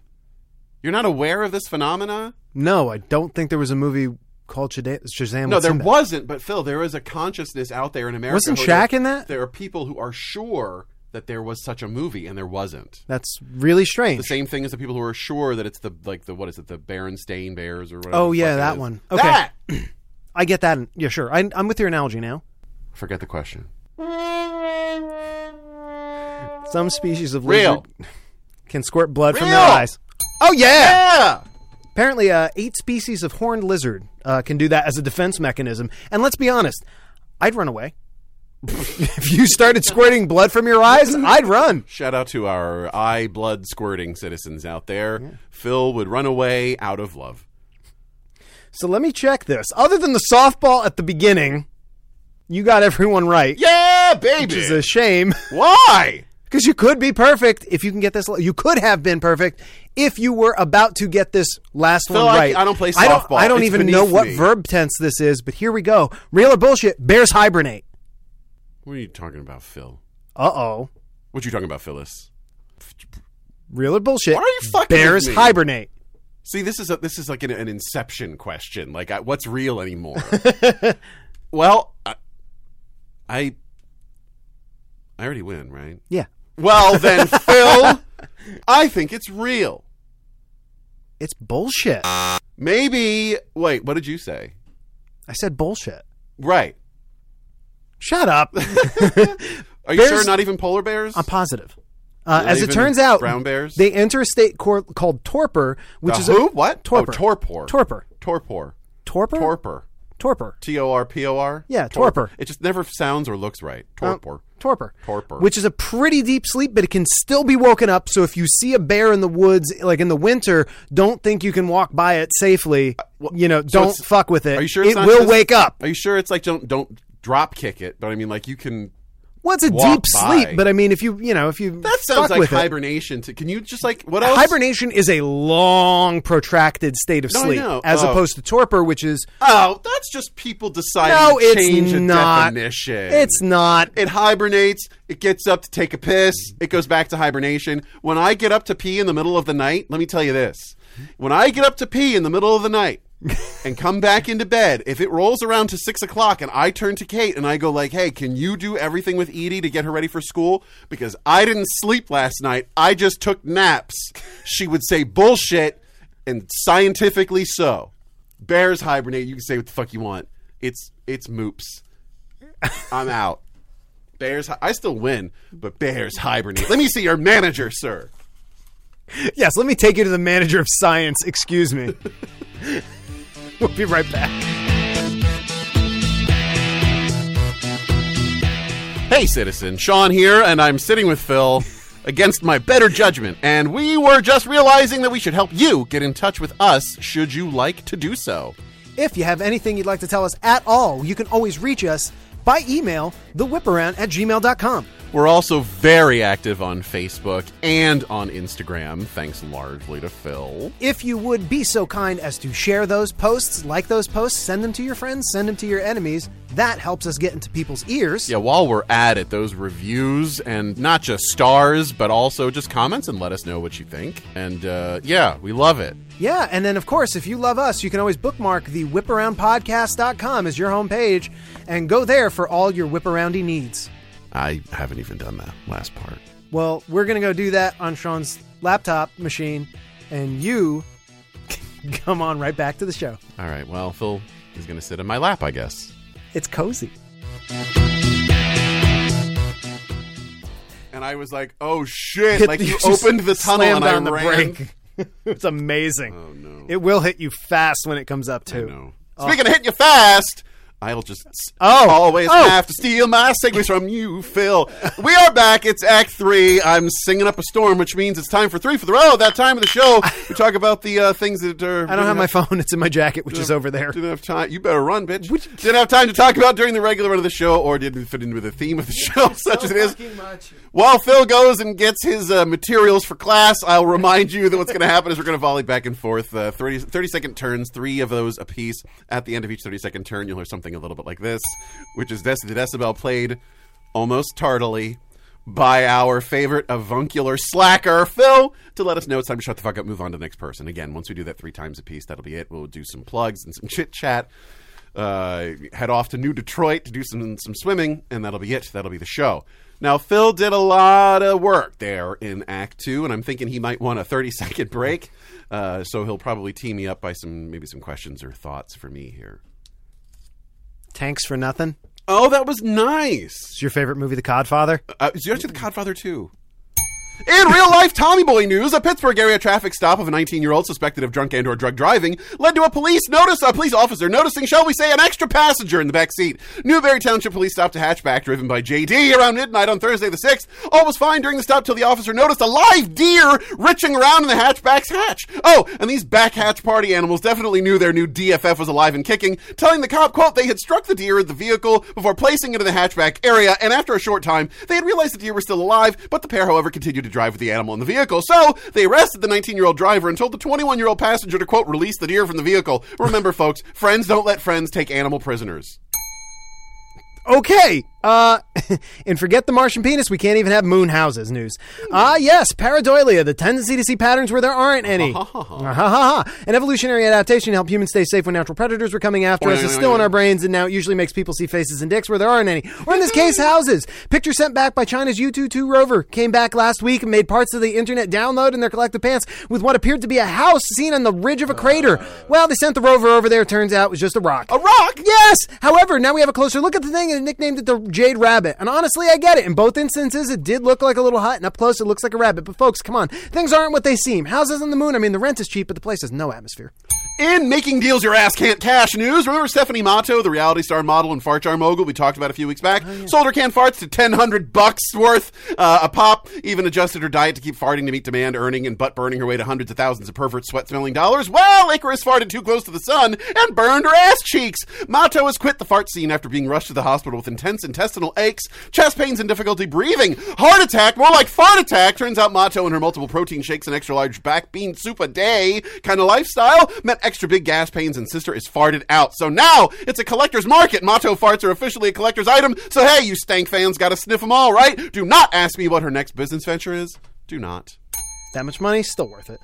Speaker 1: You're not aware of this phenomena?
Speaker 2: No, I don't think there was a movie called Shada- Shazam.
Speaker 1: No,
Speaker 2: with
Speaker 1: there
Speaker 2: Sinbad.
Speaker 1: wasn't, but Phil, there is a consciousness out there in America.
Speaker 2: Wasn't
Speaker 1: who-
Speaker 2: Shaq in that?
Speaker 1: There are people who are sure that there was such a movie and there wasn't.
Speaker 2: That's really
Speaker 1: the
Speaker 2: strange.
Speaker 1: same thing as the people who are sure that it's the like the what is it the Berenstain Bears or whatever.
Speaker 2: Oh,
Speaker 1: the fuck
Speaker 2: yeah,
Speaker 1: it
Speaker 2: that
Speaker 1: is.
Speaker 2: one. Okay.
Speaker 1: That!
Speaker 2: I get that. Yeah, sure. I, I'm with your analogy now.
Speaker 1: Forget the question.
Speaker 2: Some species of
Speaker 1: Real.
Speaker 2: lizard can squirt blood from their
Speaker 1: Real.
Speaker 2: eyes. Oh yeah.
Speaker 1: Yeah.
Speaker 2: Apparently, uh, eight species of horned lizard uh, can do that as a defense mechanism. And let's be honest, I'd run away. if you started squirting blood from your eyes, I'd run.
Speaker 1: Shout out to our eye blood squirting citizens out there. Phil would run away out of love.
Speaker 2: So let me check this. Other than the softball at the beginning, you got everyone right,
Speaker 1: Yeah,
Speaker 2: which
Speaker 1: baby.
Speaker 2: is a shame.
Speaker 1: Why?
Speaker 2: Because you could be perfect if you can get this. You could have been perfect if you were about to get this last
Speaker 1: Phil,
Speaker 2: one
Speaker 1: I-
Speaker 2: right.
Speaker 1: I don't play
Speaker 2: I don't,
Speaker 1: softball.
Speaker 2: I don't
Speaker 1: It's
Speaker 2: even know
Speaker 1: beneath
Speaker 2: what
Speaker 1: me.
Speaker 2: verb tense this is, but here we go. Real or bullshit? Bears hibernate.
Speaker 1: What are you talking about, Phil?
Speaker 2: Uh oh.
Speaker 1: What you talking about, Phyllis?
Speaker 2: Real or bullshit?
Speaker 1: Why are you fucking
Speaker 2: Bears
Speaker 1: with me?
Speaker 2: hibernate.
Speaker 1: See, this is a, this is like an, an inception question. Like, I, what's real anymore? well, I, I I already win, right?
Speaker 2: Yeah,
Speaker 1: Well, then, Phil, I think it's real.
Speaker 2: it's bullshit. I
Speaker 1: Maybe. Wait, what did you say?
Speaker 2: said bullshit.
Speaker 1: Right.
Speaker 2: Shut up.
Speaker 1: Are you
Speaker 2: Bears-
Speaker 1: sure not even polar bears?
Speaker 2: I'm positive. Uh,
Speaker 1: Not
Speaker 2: as it
Speaker 1: even
Speaker 2: turns out,
Speaker 1: brown bears?
Speaker 2: They enter a state cor- called torpor, which
Speaker 1: The
Speaker 2: is
Speaker 1: who?
Speaker 2: a
Speaker 1: what?
Speaker 2: torpor.
Speaker 1: Oh, torpor.
Speaker 2: torpor,
Speaker 1: Torpor.
Speaker 2: torpor,
Speaker 1: Torpor.
Speaker 2: torpor.
Speaker 1: T O R P O R?
Speaker 2: Yeah,
Speaker 1: Tor-
Speaker 2: torpor.
Speaker 1: It just never sounds or looks right. Torpor.
Speaker 2: torpor.
Speaker 1: Torpor.
Speaker 2: Which is a pretty deep sleep, but it can still be woken up. So if you see a bear in the woods, like in the winter, don't think you can walk by it safely. you know, don't
Speaker 1: Uh, it's-
Speaker 2: fuck with it.
Speaker 1: Are you sure
Speaker 2: it
Speaker 1: it's not
Speaker 2: will
Speaker 1: just-
Speaker 2: wake up?
Speaker 1: Are you sure it's like don't don't drop kick it? But I mean, like you can.
Speaker 2: Well, it's a
Speaker 1: walk
Speaker 2: deep sleep,
Speaker 1: by?
Speaker 2: but I mean, if you you know, if you
Speaker 1: That
Speaker 2: fuck
Speaker 1: sounds like
Speaker 2: with it,
Speaker 1: hibernation. To, can you just like what else?
Speaker 2: Hibernation is a long, protracted state of
Speaker 1: No, I
Speaker 2: sleep,
Speaker 1: know.
Speaker 2: as
Speaker 1: Oh.
Speaker 2: opposed to torpor, which is
Speaker 1: Oh, that's just people deciding
Speaker 2: no,
Speaker 1: to
Speaker 2: it's
Speaker 1: change a
Speaker 2: not.
Speaker 1: definition.
Speaker 2: It's not.
Speaker 1: It hibernates. It gets up to take a piss. It goes back to hibernation. When I get up to pee in the middle of the night, let me tell you this. When I get up to pee in the middle of the night, and come back into bed, if it rolls around to six o'clock and I turn to Kate and I go like, "Hey, can you do everything with Edie to get her ready for school? Because I didn't sleep last night. I just took naps." She would say, "Bullshit," and scientifically so. Bears hibernate. You can say what the fuck you want. It's it's moops. I'm out. Bears. hi- I still win, but Bears hibernate. Let me see your manager, sir.
Speaker 2: Yes, let me take you to the manager of science. Excuse me. we'll be right back.
Speaker 1: Hey, citizen. Sean here, and I'm sitting with Phil against my better judgment. And we were just realizing that we should help you get in touch with us should you like to do so.
Speaker 2: If you have anything you'd like to tell us at all, you can always reach us by email, thewhiparound at gmail.com.
Speaker 1: We're also very active on Facebook and on Instagram, thanks largely to Phil.
Speaker 2: If you would be so kind as to share those posts, like those posts, send them to your friends, send them to your enemies. That helps us get into people's ears.
Speaker 1: Yeah, while we're at it, those reviews and not just stars, but also just comments and let us know what you think. And uh, yeah, we love it.
Speaker 2: Yeah, and then of course, if you love us, you can always bookmark the whiparoundpodcast.com as your homepage and go there for all your whiparoundy needs.
Speaker 1: I haven't even done that last part.
Speaker 2: Well, we're going to go do that on Sean's laptop machine, and you come on right back to the show.
Speaker 1: All right, well, Phil is going to sit in my lap, I guess.
Speaker 2: It's cozy.
Speaker 1: and I was like, "Oh shit!"
Speaker 2: Hit-
Speaker 1: like you
Speaker 2: just
Speaker 1: opened the tunnel
Speaker 2: slammed
Speaker 1: and I
Speaker 2: on the
Speaker 1: ran.
Speaker 2: brake. it's amazing.
Speaker 1: Oh no!
Speaker 2: It will hit you fast when it comes up too.
Speaker 1: no. Speaking of hitting you fast, I'll just s-
Speaker 2: Oh.
Speaker 1: always
Speaker 2: Oh.
Speaker 1: have to steal my segues from you, Phil. We are back. It's Act Three. I'm singing up a storm, which means it's time for three for the row. That time of the show, we talk about the uh, things that are.
Speaker 2: I don't have my phone. It's in my jacket, which is over there.
Speaker 1: Didn't have time. You better run, bitch. Didn't have time to talk about during the regular run of the show, or didn't fit into the theme of the show, such as it is. While Phil goes and gets his uh, materials for class, I'll remind you that what's going to happen is we're going to volley back and forth uh, 30, 30 second turns, three of those apiece. At the end of each 30 second turn, you'll hear something a little bit like this, which is Des- the Decibel played almost tardily by our favorite avuncular slacker, Phil, to let us know it's time to shut the fuck up, move on to the next person. Again, once we do that three times a piece, that'll be it. We'll do some plugs and some chit chat. Uh, head off to New Detroit to do some some swimming, and that'll be it. That'll be the show. Now, Phil did a lot of work there in Act Two, and I'm thinking he might want a 30 second break. Uh, so he'll probably tee me up by some maybe some questions or thoughts for me here.
Speaker 2: Tanks for nothing.
Speaker 1: Oh, that was nice.
Speaker 2: It's your favorite movie, The Codfather.
Speaker 1: Uh, is you actually the Godfather too? In real life Tommy Boy news, a Pittsburgh area traffic stop of a 19 year old suspected of drunk and or drug driving led to a police notice, a police officer noticing, shall we say, an extra passenger in the back seat. Newberry Township Police stopped a hatchback driven by JD around midnight on Thursday the 6th. All was fine during the stop till the officer noticed a live deer riching around in the hatchback's hatch. Oh, and these back hatch party animals definitely knew their new DFF was alive and kicking, telling the cop, quote, they had struck the deer at the vehicle before placing it in the hatchback area, and after a short time, they had realized the deer was still alive, but the pair, however, continued to drive with the animal in the vehicle. So they arrested the 19 year old driver and told the 21 year old passenger to, quote, release the deer from the vehicle. Remember, folks, friends don't let friends take animal prisoners.
Speaker 2: Okay. Uh, and forget the Martian penis. We can't even have moon houses news. Ah, yes, pareidolia, the tendency to see patterns where there aren't any. Ah, ha, ha, ha. An evolutionary adaptation to help humans stay safe when natural predators were coming after us is still in our brains, and now it usually makes people see faces and dicks where there aren't any. Or in this case, houses. Picture sent back by China's U-22 rover came back last week and made parts of the internet download in their collective pants with what appeared to be a house seen on the ridge of a crater. Well, they sent the rover over there. Turns out it was just Uh. a rock.
Speaker 1: A rock?
Speaker 2: Yes. However, now we have a closer look at the thing and nicknamed it the Jade Rabbit. And honestly, I get it. In both instances, it did look like a little hut, and up close, it looks like a rabbit. But folks, come on, things aren't what they seem. Houses on the moon. I mean, the rent is cheap, but the place has no atmosphere.
Speaker 1: In making deals your ass can't cash news, remember Stephanie Mato, the reality star model and fart jar mogul we talked about a few weeks back? Sold her canned farts to ten hundred bucks worth uh, a pop. Even adjusted her diet to keep farting to meet demand, earning and butt burning her way to hundreds of thousands of pervert sweat smelling dollars. Well, Icarus farted too close to the sun and burned her ass cheeks. Mato has quit the fart scene after being rushed to the hospital with intense intestinal aches, chest pains, and difficulty breathing. Heart attack, more like fart attack. Turns out Mato and her multiple protein shakes and extra large back bean soup a day kind of lifestyle meant extra big gas pains, and sister is farted out. So now it's a collector's market. Mato farts are officially a collector's item. So hey, you stank fans got to sniff them all, right? Do not ask me what her next business venture is. Do not.
Speaker 2: That much money, still worth it.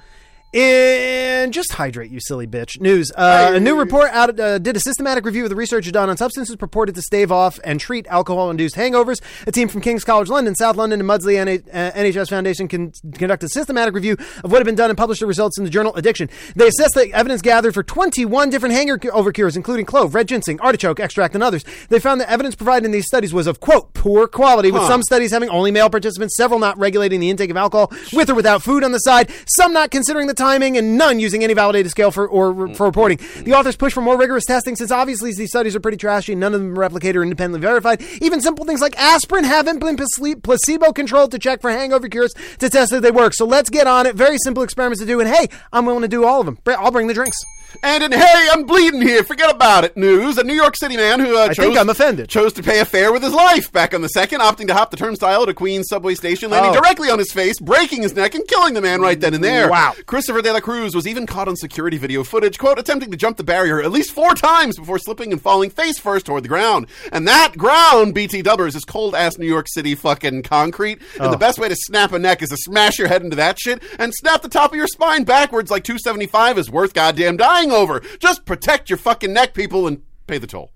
Speaker 2: And just hydrate, you silly bitch. News. Uh, a new report out uh, did a systematic review of the research done on substances purported to stave off and treat alcohol induced hangovers. A team from King's College London, South London, and Maudsley NH- uh, NHS Foundation con- conducted a systematic review of what had been done and published the results in the journal Addiction. They assessed the evidence gathered for 21 different hangover cures, including clove, red ginseng, artichoke extract, and others. They found the evidence provided in these studies was of, quote, poor quality, with some studies having only male participants, several not regulating the intake of alcohol with or without food on the side, some not considering the timing, and none using any validated scale for or for reporting. The authors push for more rigorous testing since obviously these studies are pretty trashy. and None of them are replicated or independently verified. Even simple things like aspirin haven't been placebo controlled to check for hangover cures to test that they work. So let's get on it. Very simple experiments to do, and hey, I'm willing to do all of them. Br- I'll bring the drinks.
Speaker 1: And in hey, I'm bleeding here. Forget about it. News: A New York City man who uh, chose,
Speaker 2: think I'm offended.
Speaker 1: chose to pay a fare with his life. Back on the second, opting to hop the turnstile at a Queens subway station, landing
Speaker 2: Oh.
Speaker 1: directly on his face, breaking his neck, and killing the man right then and there.
Speaker 2: Wow.
Speaker 1: Christopher De La Cruz was even caught on security video footage, quote, attempting to jump the barrier at least four times before slipping and falling face first toward the ground. And that ground, BT Dubbers, is cold ass New York City fucking concrete. And the best way to snap a neck is to smash your head into that shit and snap the top of your spine backwards like 275 is worth goddamn dying over. Just protect your fucking neck, people, and pay the toll.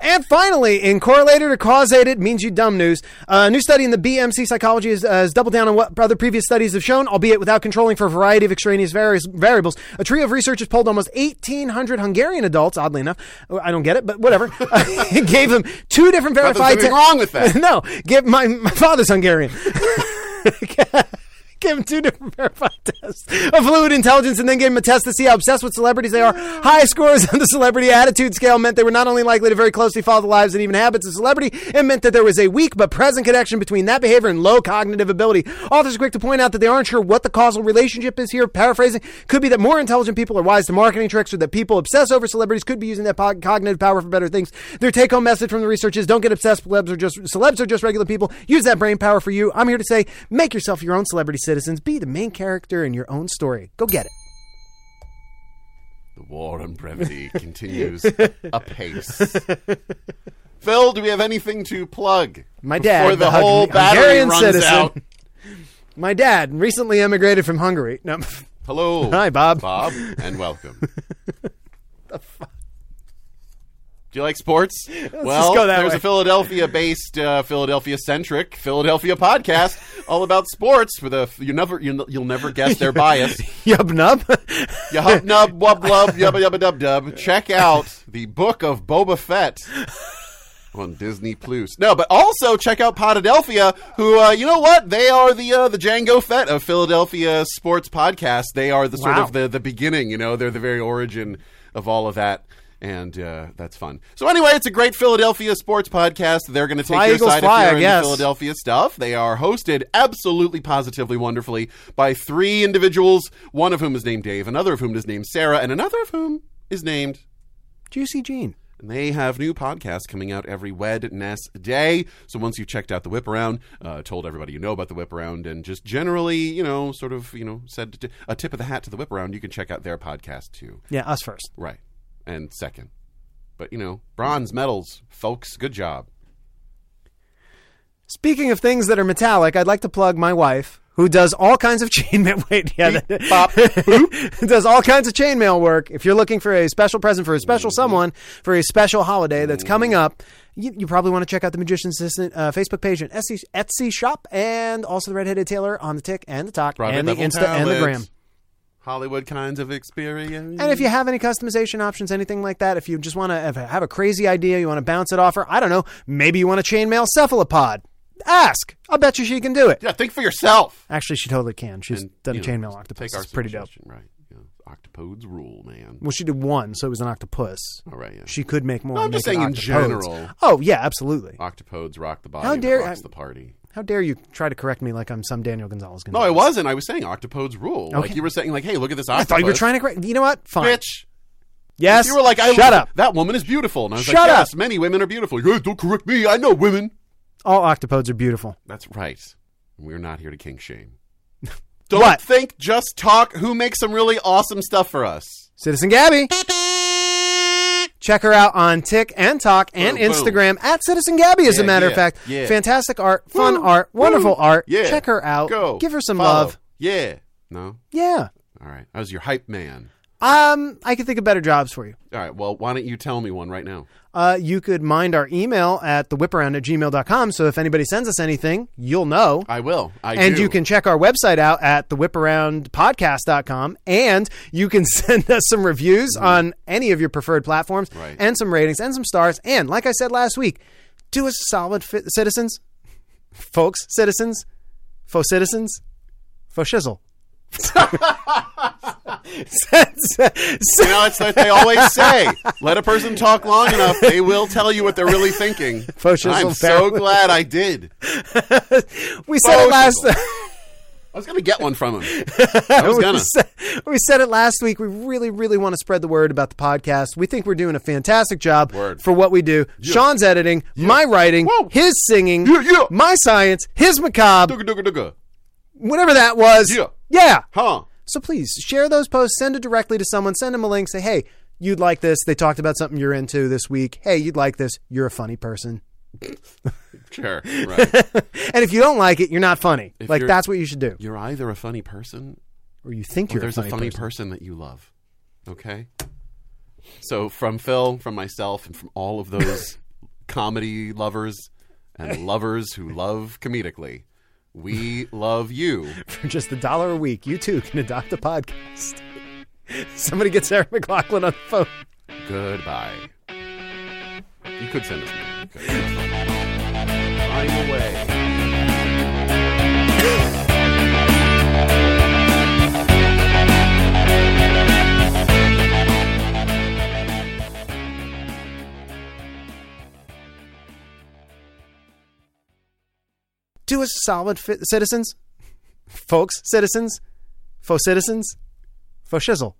Speaker 2: And finally, in correlated or causated means you dumb news. A new study in the BMC psychology has, uh, has doubled down on what other previous studies have shown, albeit without controlling for a variety of extraneous various variables. A trio of researchers polled almost 1,800 Hungarian adults, oddly enough. I don't get it, but whatever. gave them two different
Speaker 1: there's
Speaker 2: verified.
Speaker 1: anything wrong with that.
Speaker 2: no, give my, my father's Hungarian. Give him two different verified tests of fluid intelligence and then gave him a test to see how obsessed with celebrities they are. High scores on the celebrity attitude scale meant they were not only likely to very closely follow the lives and even habits of celebrity, it meant that there was a weak but present connection between that behavior and low cognitive ability. Authors are quick to point out that they aren't sure what the causal relationship is here. Paraphrasing, could be that more intelligent people are wise to marketing tricks or that people obsess over celebrities could be using that po- cognitive power for better things. Their take home message from the research is don't get obsessed. Celebs are just celebs are just regular people. Use that brain power for you. I'm here to say make yourself your own celebrity citizens. Be the main character in your own story. Go get it.
Speaker 1: The war on brevity continues apace. Phil, do we have anything to plug?
Speaker 2: My dad,
Speaker 1: before the,
Speaker 2: the
Speaker 1: whole
Speaker 2: Hungarian
Speaker 1: battery runs
Speaker 2: citizen.
Speaker 1: out.
Speaker 2: My dad recently emigrated from Hungary. No,
Speaker 1: Hello,
Speaker 2: Hi, Bob.
Speaker 1: Bob, and welcome. the fuck? Do you like sports? well,
Speaker 2: just go that
Speaker 1: there's
Speaker 2: way.
Speaker 1: a Philadelphia-based, uh, Philadelphia-centric Philadelphia podcast all about sports with a you never you, you'll never guess their bias.
Speaker 2: yub nub.
Speaker 1: You hub nub wub lub yubba yubba dub dub. Check out the book of Boba Fett on Disney Plus. No, but also check out Potadelphia, who uh, you know what they are the uh, the Django Fett of Philadelphia sports podcast. They are the sort
Speaker 2: Wow.
Speaker 1: of the the beginning. You know, they're the very origin of all of that. And uh, that's fun. So anyway, it's a great Philadelphia sports podcast. They're going to take
Speaker 2: Fly,
Speaker 1: your
Speaker 2: Eagles,
Speaker 1: side
Speaker 2: fly,
Speaker 1: if
Speaker 2: I
Speaker 1: you're
Speaker 2: guess.
Speaker 1: into Philadelphia stuff. They are hosted absolutely positively wonderfully by three individuals, one of whom is named Dave, another of whom is named Sarah, and another of whom is named
Speaker 2: Juicy Gene.
Speaker 1: and they have new podcasts coming out every Wednesday day. So once you've checked out the whip around, uh, told everybody you know about the whip around, and just generally, you know, sort of, you know, said t- a tip of the hat to the whip around, you can check out their podcast too.
Speaker 2: Yeah, us first.
Speaker 1: Right. And second. But, you know, bronze medals, folks, good job.
Speaker 2: Speaking of things that are metallic, I'd like to plug my wife, who does all kinds of chainmail. Wait, yeah, that- does all kinds of chainmail work. If you're looking for a special present for a special someone for a special holiday that's coming up, you, you probably want to check out the Magician's Assistant uh, Facebook page and Etsy, Etsy shop, and also the Redheaded Tailor on the Tick and the Talk
Speaker 1: Private
Speaker 2: and the
Speaker 1: level
Speaker 2: Insta and the
Speaker 1: talents.
Speaker 2: Gram.
Speaker 1: Hollywood kinds of experience.
Speaker 2: And if you have any customization options, anything like that, if you just want to have a crazy idea, you want to bounce it off her, I don't know, maybe you want to chainmail cephalopod. Ask. I'll bet you she can do it.
Speaker 1: yeah, think for yourself.
Speaker 2: Actually, she totally can. She's done
Speaker 1: You
Speaker 2: a
Speaker 1: know,
Speaker 2: chainmail
Speaker 1: take
Speaker 2: octopus.
Speaker 1: our
Speaker 2: It's pretty dope.
Speaker 1: suggestion, Right. You know, octopodes rule, man.
Speaker 2: Well, she did one, so it was an octopus.
Speaker 1: All right. Oh, Yeah.
Speaker 2: She could make more.
Speaker 1: No, I'm
Speaker 2: and
Speaker 1: just
Speaker 2: make it
Speaker 1: saying in
Speaker 2: octopodes.
Speaker 1: general.
Speaker 2: Oh yeah, absolutely.
Speaker 1: Octopodes rock the body.
Speaker 2: How
Speaker 1: and
Speaker 2: dare-
Speaker 1: rocks the party.
Speaker 2: How dare you try to correct me like I'm some Daniel Gonzalez?
Speaker 1: No,
Speaker 2: Gonzalez.
Speaker 1: I wasn't. I was saying octopodes rule. Like
Speaker 2: Okay.
Speaker 1: you were saying, like, hey, look at this
Speaker 2: I
Speaker 1: octopus.
Speaker 2: thought you were trying to correct. You know what? Fine.
Speaker 1: Bitch,
Speaker 2: Yes.
Speaker 1: you were like, I
Speaker 2: shut up.
Speaker 1: That woman is beautiful, and I was like,
Speaker 2: Shut up.
Speaker 1: yes, many women are beautiful. Like, hey, don't correct me. I know women.
Speaker 2: All octopodes are beautiful.
Speaker 1: That's right. We're not here to kink shame. Don't
Speaker 2: What?
Speaker 1: think, just talk. Who makes some really awesome stuff for us?
Speaker 2: Citizen Gabby. Check her out on Tick and Talk and
Speaker 1: Boom, boom.
Speaker 2: Instagram at Citizen Gabby. As
Speaker 1: Yeah,
Speaker 2: a matter of
Speaker 1: yeah,
Speaker 2: fact,
Speaker 1: yeah.
Speaker 2: fantastic art, fun
Speaker 1: Woo,
Speaker 2: art, wonderful
Speaker 1: woo.
Speaker 2: art.
Speaker 1: Yeah.
Speaker 2: Check her out.
Speaker 1: Go.
Speaker 2: Give her some
Speaker 1: Follow.
Speaker 2: love.
Speaker 1: Yeah. No?
Speaker 2: Yeah.
Speaker 1: All right. I was your hype man.
Speaker 2: Um, I could think of better jobs for you.
Speaker 1: All right. Well, why don't you tell me one right now?
Speaker 2: Uh, you could mind our email at thewhiparound at gmail.com. So if anybody sends us anything, you'll know.
Speaker 1: I will. I
Speaker 2: and
Speaker 1: do.
Speaker 2: you can check our website out at thewhiparoundpodcast.com. And you can send us some reviews on any of your preferred platforms
Speaker 1: Mm-hmm. Right.
Speaker 2: and some ratings and some stars. And like I said last week, do us a solid, fi- citizens, folks, citizens, faux citizens, faux shizzle.
Speaker 1: You know, it's like they always say: let a person talk long enough, they will tell you what they're really thinking.
Speaker 2: Faux
Speaker 1: I'm
Speaker 2: shizzle,
Speaker 1: so
Speaker 2: fair-
Speaker 1: glad I did.
Speaker 2: we said it
Speaker 1: Faux
Speaker 2: last
Speaker 1: I was gonna get one from him. I was
Speaker 2: we
Speaker 1: gonna.
Speaker 2: said, we said it last week. We really, really want to spread the word about the podcast. We think we're doing a fantastic job
Speaker 1: Word.
Speaker 2: for what we do. Sean's editing, my writing,
Speaker 1: Whoa.
Speaker 2: his singing,
Speaker 1: Yeah, yeah.
Speaker 2: my science, his macabre,
Speaker 1: Dugga, dugga, dugga.
Speaker 2: whatever that was.
Speaker 1: Yeah.
Speaker 2: Yeah.
Speaker 1: Huh?
Speaker 2: So please share those posts, send it directly to someone, send them a link, say, hey, you'd like this. They talked about something you're into this week. Hey, you'd like this. You're a funny person.
Speaker 1: Sure. Right.
Speaker 2: And if you don't like it, you're not funny. like,
Speaker 1: you're-
Speaker 2: that's what you should do.
Speaker 1: You're either a funny person
Speaker 2: Or you think
Speaker 1: or
Speaker 2: you're a
Speaker 1: there's a
Speaker 2: funny,
Speaker 1: funny, person.
Speaker 2: person.
Speaker 1: that you love. Okay? So from Phil, from myself, and from all of those comedy lovers and lovers who love comedically, we love you.
Speaker 2: For just a dollar a week, you too can adopt a podcast. Somebody gets Eric McLaughlin on the phone.
Speaker 1: Goodbye. You could send us money. You could. I'm away.
Speaker 2: Do us a solid, fi- citizens, folks, citizens, faux citizens, faux shizzle.